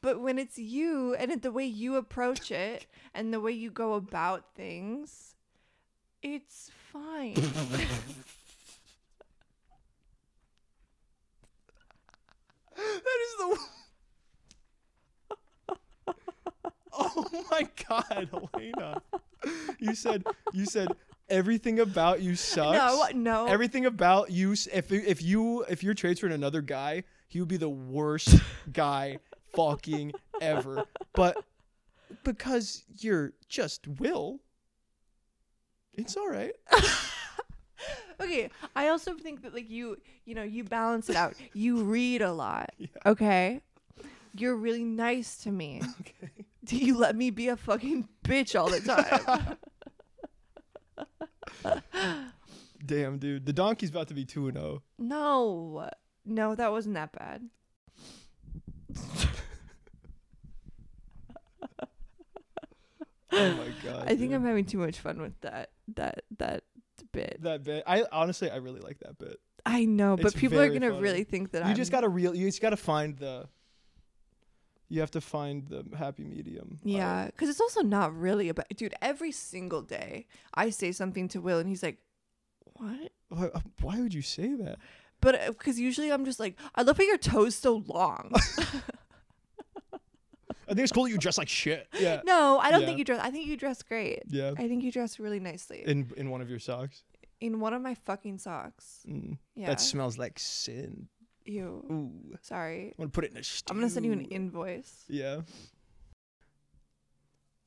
A: but when it's you and it, the way you
B: *laughs*
A: approach it and the way you go about things it's
B: *laughs*
A: fine
B: That is the. *laughs* oh my god, Elena! You said you said everything about you sucks.
A: no no
B: Everything about you. s- If if you if your traits were in another guy, he would be
A: *laughs*
B: the worst guy fucking ever. But because you're just Will, it's
A: *laughs*
B: all right.
A: okay i also think that like you you know you balance it
B: *laughs*
A: out you read a lot
B: Yeah.
A: okay you're really nice to me
B: *laughs* Okay.
A: do you let me be a fucking bitch all the
B: *laughs*
A: time
B: Damn, dude, the donkey's about to be two and oh.
A: *gasps*
B: zero.
A: No. No, that wasn't that bad.
B: Oh my god.
A: I think
B: dude.
A: I'm having too much fun with that that that bit.
B: that bit. I honestly, I really like that bit.
A: I know, but
B: It's
A: people are
B: very
A: gonna
B: funny.
A: really think that
B: you
A: I'm
B: just gotta real. You just gotta find the. You have to find the happy medium. of it.
A: Yeah, because it's also not really about dude, every single day I say something to Will and he's like, What?
B: Why, uh, why would you say that?
A: But because usually I'm just like, I love how your toes so long.
B: *laughs* I think it's cool that you dress like shit.
A: *laughs*
B: Yeah.
A: no, I don't
B: Yeah.
A: think you dress. I think you dress great.
B: Yeah.
A: I think you dress really nicely
B: In in one of your socks.
A: in one of my fucking socks.
B: Mm.
A: Yeah,
B: That smells like sin.
A: you.
B: Ooh.
A: Sorry,
B: I'm gonna put it in a. Stew.
A: I'm gonna send you an invoice.
B: Yeah.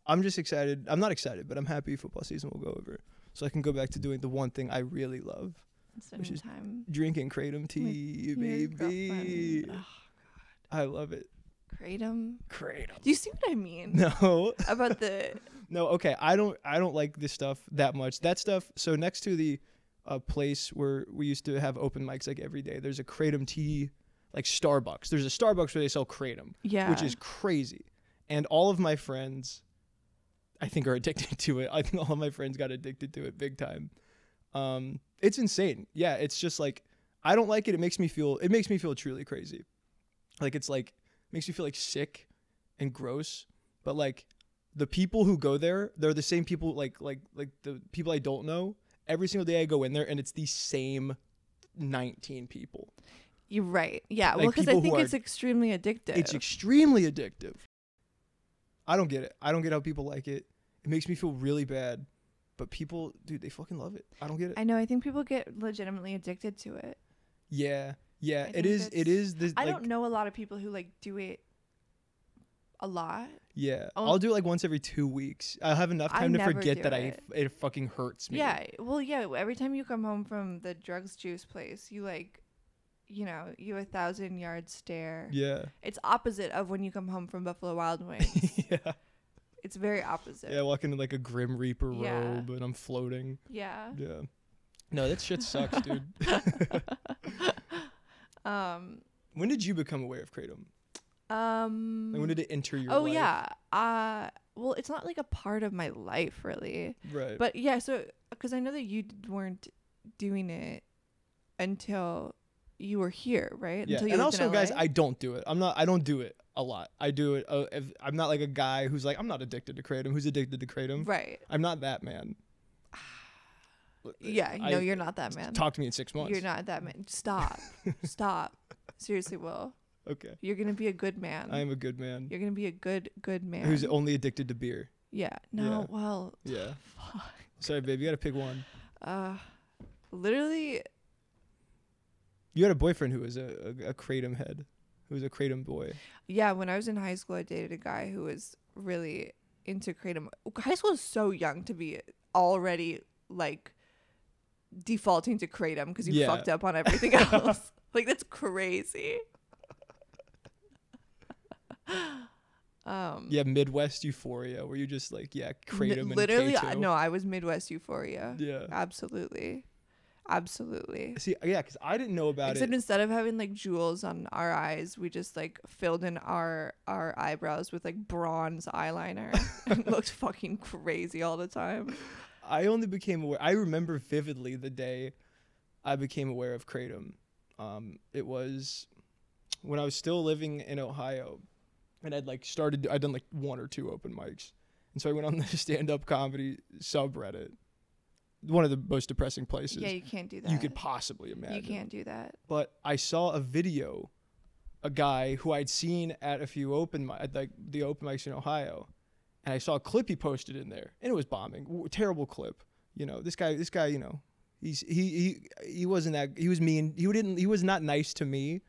B: I'm just excited. I'm not excited, but I'm happy football season will go over, so I can go back to doing the one thing I really love: Which
A: Spending
B: is
A: time.
B: drinking kratom tea,
A: Your
B: baby.
A: girlfriend. Ugh,
B: I love it.
A: kratom.
B: Kratom. *laughs*
A: Do you see what I mean
B: No,
A: about the?
B: no. Okay, I don't. I don't like this stuff that much. That stuff. So next to the uh, place where we used to have open mics like every day, there's a kratom tea, like Starbucks. There's a Starbucks where they sell kratom,
A: Yeah.
B: which is crazy. And all of my friends, I think, are addicted *laughs* to it. I think all of my friends got addicted to it big time. Um, it's insane. Yeah, it's just like I don't like it. It makes me feel. It makes me feel truly crazy. Like it's like makes me feel like sick and gross. But like the people who go there, they're the same people. Like like like the people I don't know. Every single day I go in there, and it's the same nineteen people.
A: You're right. Yeah.
B: Like
A: well, because I
B: people who
A: think
B: are-
A: it's extremely addictive.
B: It's extremely addictive. I don't get it. I don't get how people like it. It makes me feel really bad. But people, dude, they fucking love it. I don't get it.
A: I know. I think people get legitimately addicted to it.
B: yeah, yeah.
A: I
B: It
A: think
B: is. It
A: that's-
B: is. This,
A: I
B: like,
A: don't know a lot of people who like do it a lot.
B: Yeah,
A: Oh.
B: I'll do it like once every two weeks. I'll have enough
A: I
B: time to
A: never
B: forget
A: do
B: that
A: it.
B: I it fucking hurts me.
A: Yeah. Well, yeah. Every time you come home from the drugs juice place, you like, you know, you a thousand yard stare.
B: yeah,
A: It's opposite of when you come home from Buffalo Wild
B: *laughs*
A: Wings.
B: yeah,
A: it's very opposite.
B: yeah. I walk into like a grim reaper
A: Yeah.
B: robe and I'm floating.
A: yeah.
B: Yeah, no, that shit
A: *laughs*
B: sucks, dude.
A: Um.
B: When did you become aware of kratom?
A: Um.
B: Like, when did it enter your?
A: oh
B: life?
A: yeah. Uh. Well, it's not like a part of my life really,
B: right.
A: but yeah. So because I know that you d- weren't doing it until you were here, right?
B: yeah.
A: Until you
B: and
A: lived in
B: also, guys,
A: LA?
B: I don't do it. I'm not. I don't do it a lot. I do it. Uh, if, I'm not like a guy who's like I'm not addicted to kratom. Who's addicted to kratom?
A: right.
B: I'm not that man.
A: Yeah.
B: I-
A: no, you're not that man.
B: Talk to me in six months.
A: Um, You're not that man.
B: *laughs*
A: Stop. Stop. Seriously, Will.
B: Okay.
A: You're gonna be a good man.
B: I am a good man
A: You're gonna be Um, a good, good man.
B: who's only addicted to beer.
A: yeah.
B: Yeah.
A: No. Well.
B: Yeah. Sorry, babe. You got to pick one.
A: Uh. Literally.
B: You had a boyfriend who was a, a, a kratom head, who was a kratom boy.
A: Yeah. When I was in high school, I dated a guy who was really into kratom. High school is so young to be already like defaulting to kratom because you
B: Yeah.
A: fucked up on
B: *laughs*
A: everything else. like that's crazy. um.
B: Yeah, Midwest euphoria, where you just like, yeah,
A: N-
B: kratom and
A: literally I-
B: K2.
A: no i was midwest euphoria
B: Yeah.
A: absolutely absolutely
B: See, yeah, because I didn't know about
A: except
B: it.
A: instead of having like jewels on our eyes we just like filled in our our eyebrows with like bronze
B: *laughs*
A: eyeliner and looked fucking crazy all the time
B: I only became aware. I remember vividly the day I became aware of kratom. Um, it was when I was still living in Ohio, and I'd like started. I'd done like one or two open mics, and so I went on *laughs* the stand-up comedy subreddit, one of the most depressing places
A: yeah you can't do that
B: you could possibly imagine.
A: you can't do that
B: but I saw a video, a guy who I'd seen at a few open mi- at like the open mics in Ohio, and I saw a clip he posted in there, and it was bombing, W- terrible clip. You know, this guy, this guy, you know, he's he he he wasn't that he was mean. He didn't he was not nice to me,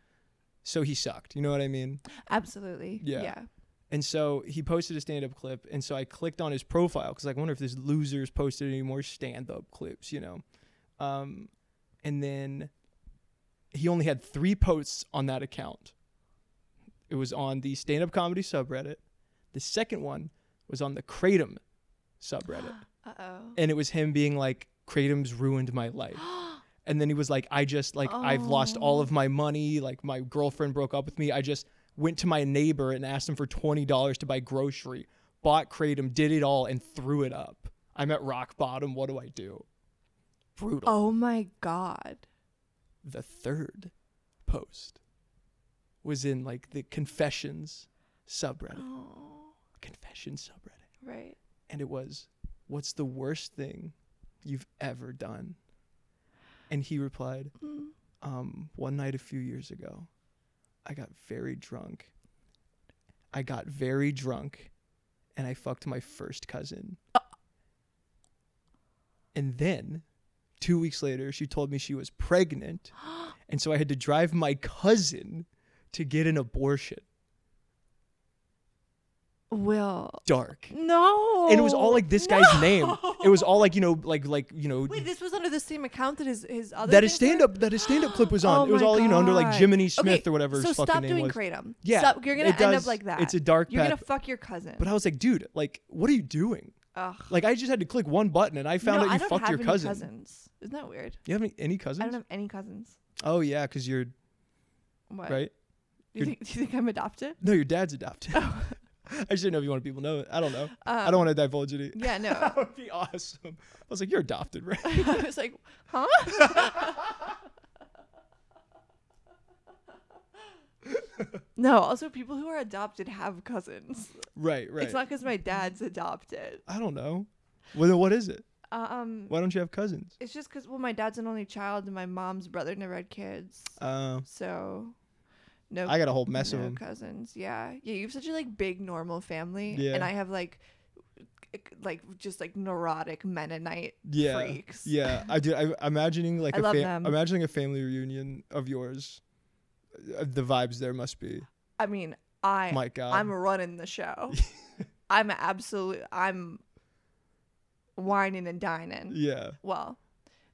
B: so he sucked. You know what I mean?
A: absolutely
B: Yeah.
A: yeah,
B: And so he posted a stand up clip. And so I clicked on his profile because I wonder if this loser's posted any more stand up clips, you know? Um, and then he only had three posts on that account. It was on the stand up comedy subreddit. The second one was on the Kratom subreddit.
A: *gasps* uh-oh
B: And it was him being like, Kratom's ruined my life.
A: *gasps*
B: And then he was like, I just, like, I've lost all of my money. Like, my girlfriend broke up with me. I just went to my neighbor and asked him for $20 to buy grocery, bought Kratom, did it all, and threw it up. I'm at rock bottom. What do I do? Brutal.
A: oh my god
B: The third post was in, like, the confessions subreddit.
A: oh
B: Confessions subreddit.
A: right
B: and it was, "What's the worst thing you've ever done?" And he replied,
A: Mm.
B: um, "One night a few years ago, I got very drunk. I got very drunk, and I fucked my first cousin. And then, two weeks later, she told me she was pregnant, and so I had to drive my cousin to get an abortion.
A: *gasps* will
B: Dark."
A: no
B: And it was all like this guy's name. It was all like you know, like like you know,
A: *laughs* Wait, this was under the same account that his his other.
B: that his
A: things
B: stand
A: were?
B: up that his stand up clip was on.
A: Oh
B: it was
A: my
B: all you know under like
A: God.
B: Jiminy Smith
A: Okay,
B: or whatever
A: So
B: his fucking
A: stop
B: name
A: doing
B: was.
A: kratom.
B: Yeah,
A: Stop- you're gonna
B: it
A: end
B: does-
A: up like that.
B: It's a dark
A: You're gonna
B: path.
A: fuck your cousin.
B: But I was like, dude, like, what are you doing?
A: Ugh.
B: Like, I just had to click one button and I found
A: no,
B: out
A: I
B: you
A: don't
B: fucked
A: have
B: your
A: any
B: cousin.
A: cousins. Isn't that weird?
B: You have any, any
A: I
B: cousins?
A: don't have any cousins.
B: Oh yeah, because you're
A: What?
B: right.
A: Do you,
B: You're-
A: think, do you think I'm adopted?
B: No, your dad's adopted. *laughs* I just didn't know if you wanted people to know it. I don't know. I
A: Oh. Um,
B: *laughs* don't want to divulge it. e-
A: Yeah, no. *laughs*
B: that would be awesome. I was like, you're adopted, right? *laughs*
A: I was like, huh? *laughs* no. Also, people who are adopted have cousins.
B: right, right.
A: It's not because my dad's adopted.
B: I don't know. Well, then what is it?
A: Um.
B: Why don't you have cousins?
A: It's just because well, my dad's an only child, and my mom's brother never had kids,
B: Uh,
A: so no.
B: I got a whole mess
A: no
B: of them.
A: cousins. Yeah, yeah. You have such a like big normal family,
B: Yeah.
A: and I have like, c- c- like just like neurotic Mennonite
B: yeah
A: freaks.
B: yeah i do I, imagining like
A: I
B: a
A: love them.
B: imagining a family reunion of yours uh, the vibes there must be
A: I mean, I
B: My God.
A: I'm running the
B: *laughs*
A: show. I'm absolute. I'm whining and dining.
B: yeah.
A: Well,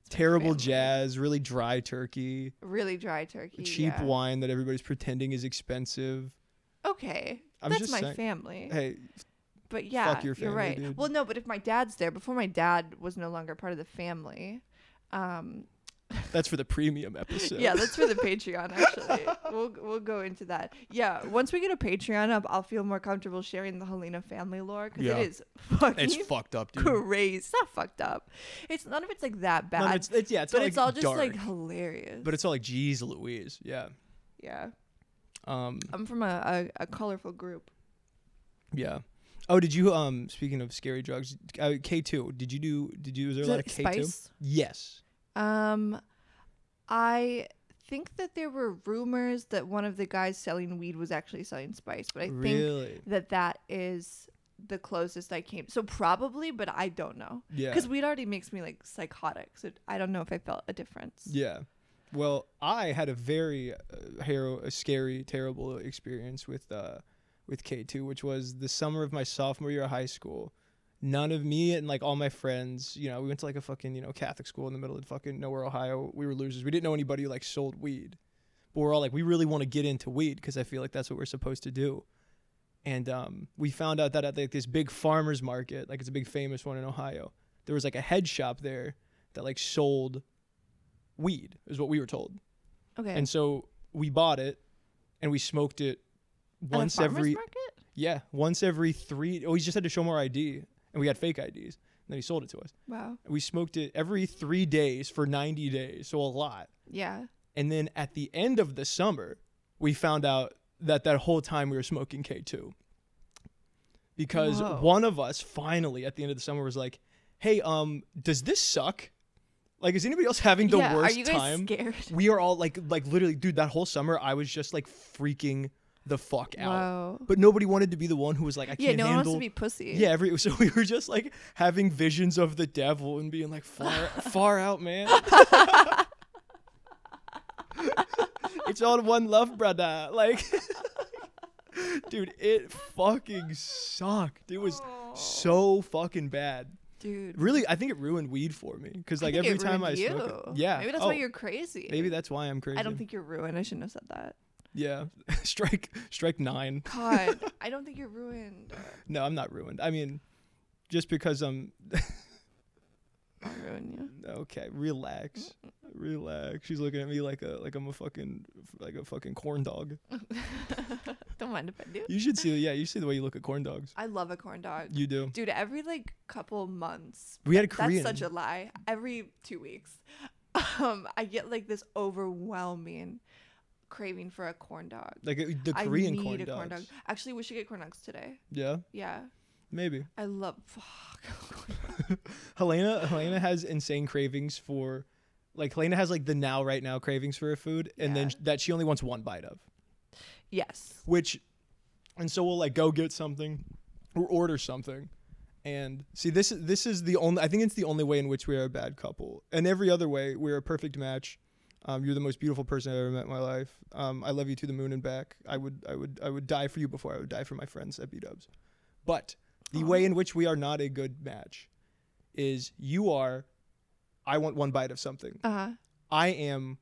A: it's my
B: Terrible
A: family.
B: jazz, really dry turkey,
A: Really dry turkey.
B: cheap
A: yeah.
B: wine that everybody's pretending is expensive.
A: Okay,
B: I'm
A: that's
B: just
A: my
B: saying-
A: family.
B: Hey,
A: But yeah,
B: your
A: you're
B: family,
A: right.
B: dude.
A: Well, no, but if my dad's there, before my dad was no longer part of the family, um,
B: that's for the premium episode.
A: yeah, that's for the Patreon.
B: *laughs*
A: Actually, we'll we'll go into that. Yeah, once we get a Patreon up, I'll feel more comfortable sharing the Helena family lore because
B: Yeah.
A: it is fucking
B: *laughs* It's fucked up,
A: *laughs*
B: dude.
A: crazy. It's not fucked up. It's none of it's like that bad,
B: No, no, it's, it's, yeah, it's
A: but
B: not,
A: it's
B: like,
A: all just
B: dark,
A: like hilarious.
B: But it's all like, geez, Louise. Yeah.
A: yeah,
B: Um.
A: I'm from a, a, a colorful group.
B: Yeah. Oh, did you um? Speaking of scary drugs, uh, K two. Did you do? Did you? Was there
A: Is
B: a lot
A: it
B: of K two?
A: spice?
B: Yes.
A: Um, I think that there were rumors that one of the guys selling weed was actually selling spice, but I think
B: really?
A: that that is the closest I came. So probably, but I don't know.
B: Yeah.
A: Because weed already makes me like psychotic, so I don't know if I felt a difference.
B: Yeah. Well, I had a very uh, harrow, a scary, terrible experience with uh, with K two, which was the summer of my sophomore year of high school. None of me and like all my friends, you know, we went to like a fucking you know Catholic school in the middle of fucking nowhere, Ohio. We were losers. We didn't know anybody who like sold weed, but we're all like, we really want to get into weed because I feel like that's what we're supposed to do. And um, we found out that at like this big farmers market, like it's a big famous one in Ohio, there was like a head shop there that like sold weed is what we were told
A: Okay.
B: and so we bought it and we smoked it
A: At a
B: once
A: farmer's
B: every
A: market?
B: yeah once every three oh he just had to show more id and we had fake ids and then he sold it to us
A: Wow.
B: we smoked it every three days for 90 days so a lot
A: Yeah.
B: and then at the end of the summer we found out that that whole time we were smoking k2 because
A: Whoa.
B: one of us finally at the end of the summer was like hey um does this suck like is anybody else having the
A: yeah.
B: worst
A: Are you guys
B: time
A: scared?
B: we are all like like literally dude that whole summer i was just like freaking the fuck out
A: Wow.
B: but nobody wanted to be the one who was like i
A: Yeah.
B: can't
A: No one wants
B: handle
A: to be pussy.
B: yeah every so we were just like having visions of the devil and being
A: *laughs*
B: like far far out man it's all one love brother like *laughs* dude it fucking sucked it was
A: Oh,
B: so fucking bad
A: dude.
B: really i think it ruined weed for me because
A: I
B: like
A: think
B: every
A: it
B: time i
A: ruined
B: smoke it,
A: you.
B: yeah
A: Maybe that's
B: oh,
A: why you're crazy.
B: maybe that's why i'm crazy
A: I don't think you're ruined. I shouldn't have said
B: *laughs*
A: that.
B: Yeah. strike strike 9.
A: God, I don't think you're ruined. *laughs*
B: No, I'm not ruined. I mean, just because I'm
A: I'll ruin you.
B: okay, relax. Relax. She's looking at me like a like I'm a fucking like a fucking corn dog.
A: *laughs* Don't mind if I do.
B: You should see yeah, you see the way you look at corn dogs.
A: I love a corn dog.
B: You do.
A: Dude, every like couple months.
B: We had a
A: That's
B: Korean.
A: such a lie. Every two weeks. *laughs* Um, I get like this overwhelming craving for a corn dog.
B: like a, the
A: I
B: Korean
A: need
B: corn,
A: a
B: dogs.
A: corn dog. Actually, we should get corn dogs today.
B: Yeah,
A: Yeah.
B: maybe.
A: I love *sighs* fuck.
B: Helena Helena has insane cravings for like Helena has like the now right now cravings for her food and then
A: Yeah.
B: sh- that she only wants one bite of.
A: yes.
B: which and so we'll like go get something or order something and see this is this is the only i think it's the only way in which we are a bad couple and every other way we're a perfect match um, you're the most beautiful person i've ever met in my life um, i love you to the moon and back i would i would i would die for you before i would die for my friends at b-dubs but the
A: Aw.
B: way in which we are not a good match is you are i want one bite of something
A: Uh huh.
B: i am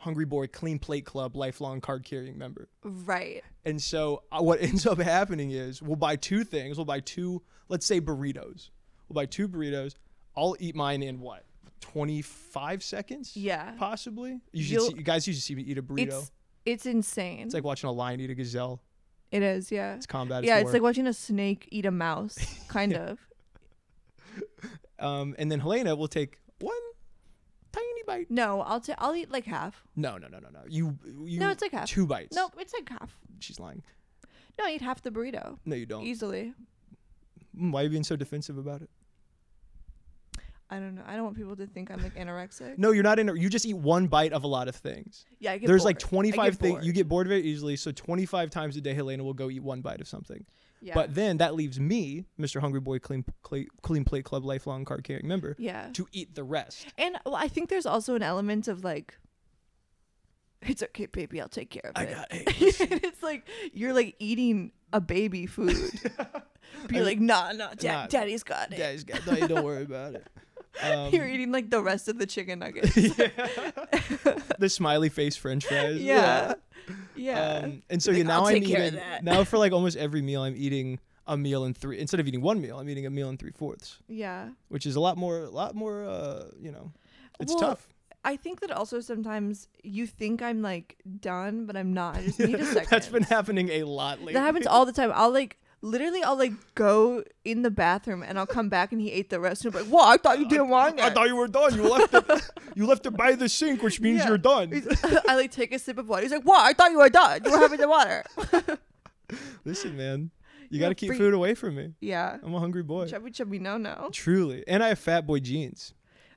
B: hungry boy clean plate club lifelong card carrying member
A: Right.
B: and so uh, what *laughs* ends up happening is we'll buy two things. We'll buy two, let's say burritos. We'll buy two burritos. I'll eat mine in what? 25 seconds?
A: Yeah.
B: Possibly. You should
A: You'll-
B: see, you guys used to see me eat a burrito.
A: It's
B: It's,
A: it's insane.
B: like watching a lion eat a gazelle.
A: it is, yeah.
B: It's combat. It's
A: yeah,
B: war.
A: it's like watching a snake eat a
B: *laughs*
A: mouse, kind of.
B: um, and then Helena will take one tiny bite.
A: No, I'll t- I'll eat like half.
B: No, no, no, no, no. You, you
A: No, it's like half.
B: two bites.
A: No, it's like half.
B: She's lying.
A: No, I eat half the burrito
B: No, you don't.
A: easily.
B: Mm, Why are you being so defensive about it?
A: I don't know. I don't want people to think I'm like anorexic.
B: No, you're not in. a- You just eat one bite of a lot of things.
A: Yeah, I get
B: There's like
A: bored. I
B: 25
A: get
B: things. You
A: bored.
B: get bored very easily. So 25 times a day, Helena will go eat one bite of something.
A: yeah.
B: But then that leaves me, Mr. Hungry Boy, Clean, Cla- Clean Plate Club, lifelong card carrying member,
A: yeah.
B: to eat the rest.
A: And well, I think there's also an element of like it's okay, baby, I'll take care of
B: I
A: it. *laughs*
B: got it.
A: and it's like you're like eabe a baby
B: *laughs*
A: food. But you're like, nah, nah, dad,
B: Nah,
A: daddy's got it.
B: Guys, got, no, *laughs* you don't worry about it.
A: *laughs*
B: Um,
A: you're
B: *laughs*
A: eating like the rest of the chicken nuggets.
B: *laughs* the smiley face French fries.
A: yeah. Yeah.
B: Um, and so
A: Like,
B: yeah, now
A: "I'll
B: I'm
A: take care of
B: eating
A: that. *laughs*
B: now for like almost every meal I'm eating a meal in three instead of eating one meal I'm eating a meal in three fourths,
A: yeah.
B: which is a lot more a lot more uh you know it's
A: Well,
B: tough.
A: I think that also sometimes you think I'm like done, but I'm not. I just need a second.
B: *laughs* That's been happening a lot lately.
A: That
B: *laughs*
A: happens all the time. I'll like literally I'll like go in the bathroom and I'll come back and he ate the rest and he'll be like, Well, I thought you didn't want
B: I
A: it.
B: thought you were done. You left it. you left it by the sink, which means
A: Yeah.
B: you're done.
A: He's- *laughs* I like take a sip of water. He's like, What? I thought you were done. You were having the water.
B: *laughs*
A: *laughs*
B: Listen, man, you
A: You're
B: got
A: a
B: to keep
A: freak.
B: food away from me.
A: yeah.
B: I'm a hungry boy.
A: Chubby chubby no no.
B: Truly, and I have fat boy jeans.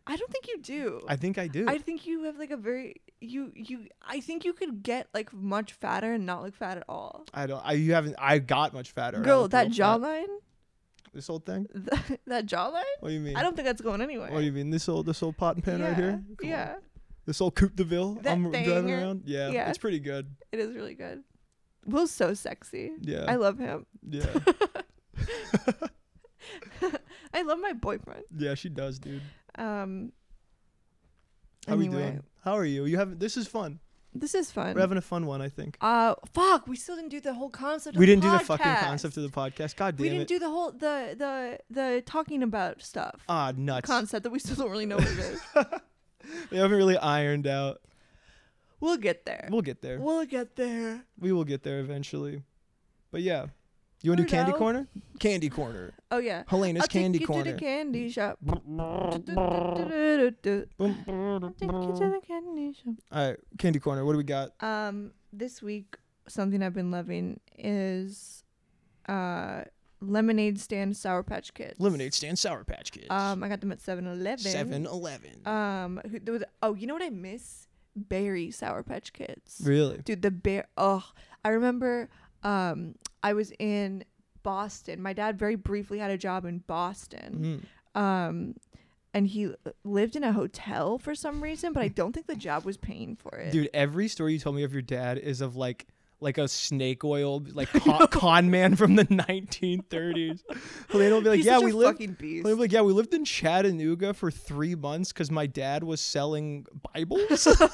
A: I don't think you do.
B: I think I do.
A: I think you have like a very you you I think you could get like much fatter and not look fat at all.
B: I don't. I you haven't. I got much fatter. I
A: Girl,
B: look
A: that
B: real fat.
A: jawline,
B: This whole thing.
A: that, jawline.
B: What do you mean?
A: I don't think that's going anywhere.
B: What do you mean? This old this old pot and pan right here.
A: Yeah,
B: Come on.
A: yeah,
B: This old Coupe de Ville.
A: That
B: I'm driving
A: thing.
B: around. Yeah,
A: Yeah.
B: It's pretty good.
A: it is really good. Will's so sexy.
B: Yeah.
A: I love him.
B: yeah.
A: *laughs* I love my boyfriend.
B: yeah. She does, dude.
A: Um.
B: How
A: anyway,
B: we doing? How are you? You haven't. This is fun.
A: This is fun.
B: We're having a fun one. I think.
A: uh, fuck. We still didn't do the whole concept.
B: we
A: of
B: didn't do the fucking
A: podcast.
B: concept of the podcast. God damn
A: we didn't
B: it.
A: do the whole the the the talking about stuff
B: ah, nuts.
A: concept that we still don't really know what it
B: *laughs*
A: is.
B: we haven't really ironed out.
A: We'll get there.
B: We'll get there.
A: We'll get there.
B: We will get there eventually. But yeah. You want to do
A: Weirdo.
B: candy corner? Candy corner.
A: Oh yeah.
B: Helena's
A: I'll
B: candy
A: take you to
B: corner.
A: the candy
B: *laughs*
A: shop. I'll
B: Boom.
A: take you to the candy shop.
B: All right, candy corner. What do we got?
A: Um, this week something I've been loving is uh lemonade stand Sour Patch Kids.
B: Lemonade stand, Sour Patch Kids.
A: Um, I got them at 7-Eleven.
B: Seven Eleven.
A: Um, who, there was oh, you know what I miss? Berry Sour Patch Kids.
B: Really?
A: Dude, the bear. Oh, I remember. Um, I was in Boston. My dad very briefly had a job in Boston.
B: Mm.
A: Um, and he lived in a hotel for some reason, but I don't think the job was paying for it.
B: Dude, every story you told me of your dad is of like like a snake oil
A: *laughs*
B: like con, con man from the 1930s. Helena will be like,
A: He's
B: yeah,
A: such a
B: we lived.
A: fucking beast.
B: Helena will be like, yeah, we lived in Chattanooga for three months because my dad was selling Bibles.
A: *laughs*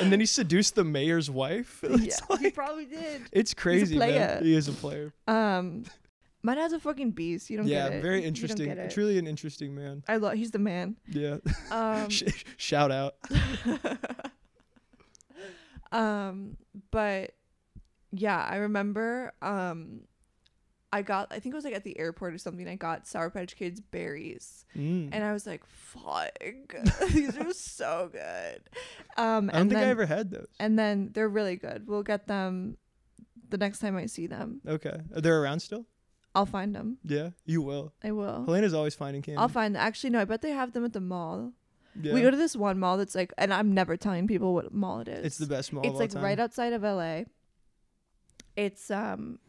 B: and then he seduced the mayor's wife. It's,
A: *laughs* yeah, he probably did.
B: it's crazy,
A: player.
B: man. He is a player.
A: Um, my dad's a fucking beast. You don't
B: yeah,
A: get it. You
B: very
A: don't
B: interesting.
A: get it.
B: Truly an interesting man.
A: I love. He's the man.
B: Yeah.
A: Um,
B: Sh- *laughs* Shout out.
A: *laughs* um, but yeah, I remember. Um, I got. I think it was like at the airport or something. I got Sour Patch Kids berries,
B: Mm.
A: and um, I was like, "Fuck, *laughs* these are so good." Um,
B: I don't
A: and
B: think
A: then,
B: I ever had those.
A: And then they're really good. We'll get them the next time I see them.
B: Okay. Are they around still?
A: I'll find them.
B: Yeah, you will.
A: I will.
B: Helena's always finding candy.
A: I'll find. Actually, no. I bet they have them at the mall.
B: yeah.
A: We go to this one mall that's like, and I'm never telling people what mall it is.
B: it's the best mall
A: It's
B: of
A: like
B: all time.
A: right outside of LA. It's um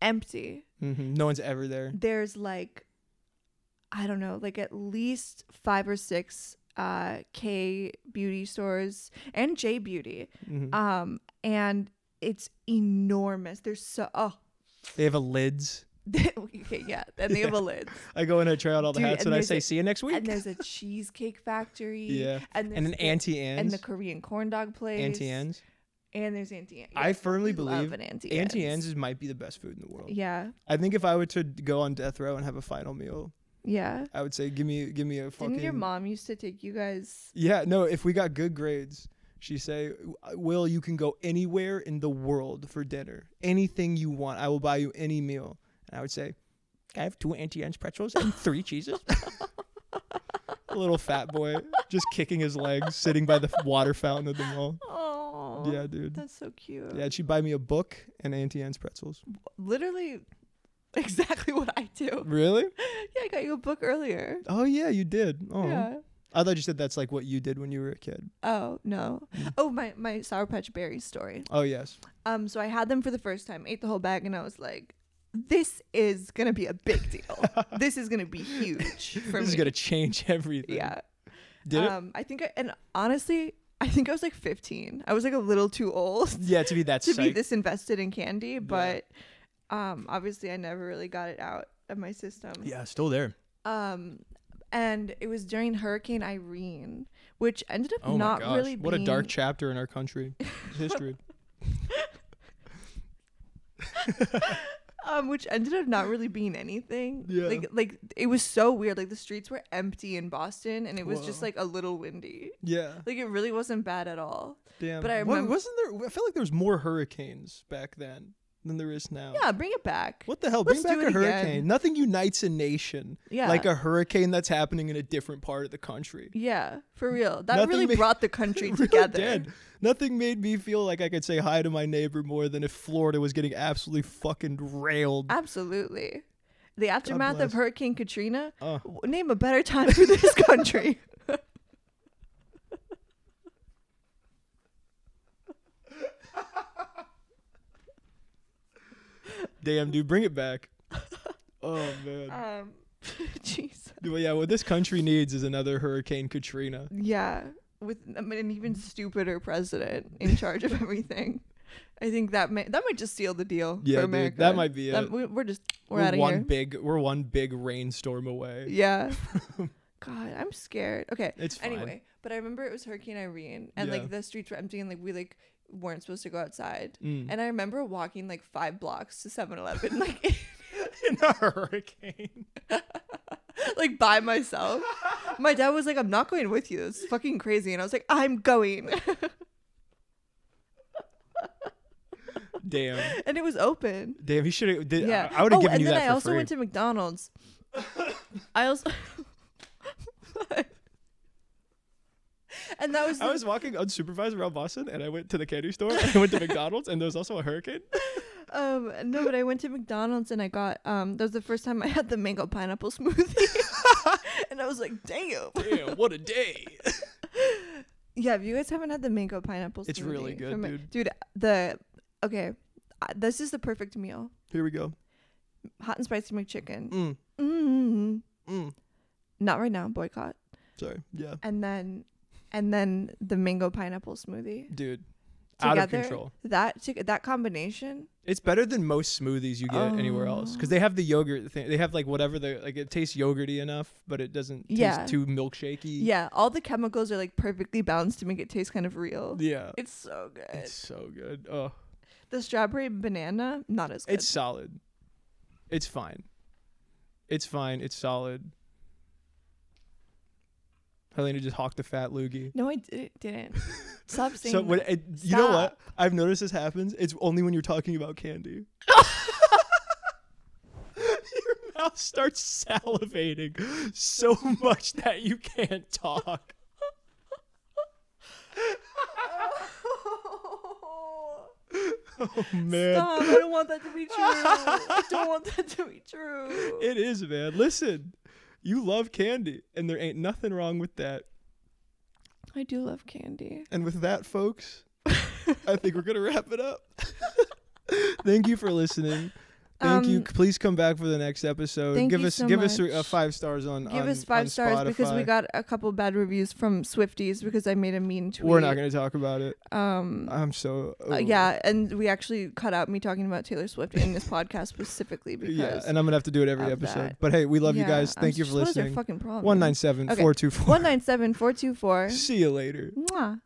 A: empty.
B: hmm No one's ever there.
A: There's like, I don't know, like at least five or six uh K beauty stores and J beauty.
B: Mhm.
A: Um, and it's enormous. There's so oh. *laughs*
B: they have a lids.
A: okay, yeah, and they have a
B: *laughs*
A: lid,
B: I go in, I try out all the
A: Dude,
B: hats,
A: and
B: and I
A: there's
B: say,
A: a-
B: "See you next week."
A: and there's a cheesecake factory,
B: yeah,
A: and,
B: and an
A: there's the-
B: auntie
A: and
B: Anne's.
A: the Korean corn dog place,
B: auntie Anne's.
A: and there's Auntie Anne.
B: I
A: Yeah,
B: firmly
A: we
B: believe
A: love an Auntie
B: Auntie
A: Anne's.
B: Anne's is, might be the best food in the world.
A: Yeah,
B: I think if I were to go on death row and have a final meal,
A: yeah.
B: I would say, "Give me, give me a fucking."
A: Didn't your mom used to take you guys?
B: Yeah, no. If we got good grades, she say, "Will you can go anywhere in the world for dinner, anything you want. I will buy you any meal." And I would say, "Can I have two anti Anne's pretzels and three cheeses?" *laughs* A little fat boy just kicking his legs, sitting by the water fountain at the mall.
A: Oh,
B: Yeah, dude.
A: That's so cute.
B: Yeah, she'd buy me a book and Auntie Anne's pretzels.
A: Literally, *laughs* exactly what I do.
B: Really?
A: Yeah, I got you a book earlier.
B: Oh yeah, you did. Oh,
A: Yeah.
B: I thought you said that's like what you did when you were a kid.
A: Oh no.
B: Mm.
A: Oh my my sour patch berry story.
B: Oh yes.
A: Um, so I had them for the first time, ate the whole bag, and I was like, "This is
B: *laughs*
A: gonna be a big deal. this is gonna be huge for
B: this is
A: me."
B: gonna change *laughs* everything.
A: yeah.
B: Did it?
A: um, I think, I, and honestly, I think I was like 15. I was like a little too old
B: Yeah, to be that
A: to be
B: psych.
A: this invested in candy, but um, obviously, I never really got it out of my system.
B: yeah, still there.
A: Um, and it was during Hurricane Irene, which ended up
B: Oh
A: not
B: my gosh,
A: really.
B: what
A: being,
B: a dark chapter in
A: *laughs*
B: our country history.
A: um, which ended up not really being anything.
B: Yeah.
A: Like like it was so weird. Like the streets were empty in Boston, and it was just
B: Whoa.
A: like a little windy.
B: yeah,
A: Like it really wasn't bad at all.
B: damn.
A: But I
B: Wa-
A: remem-
B: wasn't there. I feel like there was more hurricanes back then than there is now.
A: Yeah, bring it back.
B: Oh. What the hell?
A: Let's
B: Bring
A: do
B: back a
A: it again.
B: hurricane. Nothing unites a nation
A: Yeah.
B: like uh, a hurricane that's happening in a different part of the country.
A: Yeah, for real. That
B: Nothing
A: really
B: ma-
A: brought the *laughs* country
B: It *laughs* really
A: together.
B: did. Nothing made me feel like I could say hi to my neighbor more than if Florida was getting absolutely fucking
A: Ah.
B: railed.
A: Absolutely. The aftermath
B: bless.
A: of Hurricane Katrina.
B: Uh.
A: w- Name a better time for this
B: *laughs*
A: country.
B: Damn, dude, bring
A: *laughs*
B: it back. oh man. *laughs*
A: Um, jeez.
B: Well, yeah, what this country needs is another Hurricane Katrina.
A: Yeah, with I mean, an even stupider president in charge of everything. I think that may that might just seal the deal
B: Yeah,
A: for
B: dude,
A: America.
B: that might be it.
A: we, are just we're,
B: We're
A: out of
B: one
A: here.
B: big we're one big rainstorm away. *laughs*
A: Yeah. God, I'm scared. Okay.
B: It's fine.
A: Anyway, but I remember it was Hurricane Irene, and
B: Yeah.
A: like the streets were empty, and like we like weren't supposed to go outside.
B: Mm.
A: And I remember walking like five blocks to 7-Eleven, *laughs* like
B: *laughs* in a
A: *laughs*
B: hurricane.
A: like by myself. My dad was like, "I'm not going with you. It's fucking crazy," and I was like, "I'm going."
B: Damn.
A: and it was open.
B: Damn, you should have
A: Yeah.
B: I, would have
A: oh,
B: given
A: and
B: you
A: then
B: that
A: I
B: for
A: also
B: free.
A: went to McDonald's. I also. *laughs* and that was. The,
B: I was walking unsupervised around Boston and I went to the candy store and I went
A: *laughs*
B: to McDonald's and there was also a hurricane.
A: Um, no, but I went to McDonald's and I got um. That was the first time I had the mango pineapple smoothie, *laughs* and I was like, *laughs* "Damn."
B: Damn, what a day.
A: Yeah, if you guys haven't had the mango pineapple,
B: It's really
A: smoothie
B: good,
A: from it-
B: dude.
A: Dude, the okay, uh, this is the perfect meal:
B: *laughs* Here we go.
A: hot and spicy McChicken.
B: Mm,
A: Mm.
B: mm.
A: Not right now, boycott.
B: Sorry. Yeah.
A: And then, and then the mango pineapple smoothie.
B: Dude. Out of
A: Together,
B: control.
A: That to, that combination.
B: It's better than most smoothies you get anywhere else because they have the yogurt thing. They have like whatever the like it tastes yogurty enough, but it doesn't taste
A: Yeah.
B: too milkshakey.
A: Yeah, all the chemicals are like perfectly balanced to make it taste kind of real.
B: yeah,
A: It's so good.
B: it's so good.
A: Uh,
B: Oh,
A: the strawberry banana, not as good.
B: it's solid. It's fine. It's fine. It's solid. Helena just hawked the fat loogie.
A: no, I did,
B: *laughs*
A: didn't. Stop saying.
B: So
A: *laughs*
B: when
A: that.
B: it, you know what I've noticed this happens, it's only when you're talking about candy. *laughs* Your mouth starts salivating so much that you can't talk. *laughs* Oh man,
A: Stop! I don't want that to be true. I don't want that to be true.
B: *laughs* it is man. Listen, you love candy, and there ain't nothing wrong with that.
A: I do love candy.
B: And with that, folks, I think we're gonna wrap it
A: *laughs*
B: up. Thank you for listening. Thank you.
A: Um,
B: Please come back for the next episode.
A: thank
B: give
A: you
B: us
A: so
B: give us
A: much.
B: uh, five stars on
A: Give
B: on-
A: us five
B: on
A: stars because we
B: Spotify.
A: got a couple bad reviews from Swifties because I made a mean tweet.
B: We're not gonna talk about it.
A: Um.
B: I'm so
A: uh, yeah, and we actually cut out me talking about Taylor Swift in this podcast specifically because
B: *laughs* yeah. And I'm gonna have to do it every
A: of
B: episode.
A: that.
B: But hey, we love you
A: Yeah,
B: guys.
A: I'm
B: Thank you
A: s-
B: for
A: What is their
B: listening.
A: fucking problem?
B: One nine seven
A: Okay.
B: four two four.
A: 197 424.
B: See you later.
A: Mwah.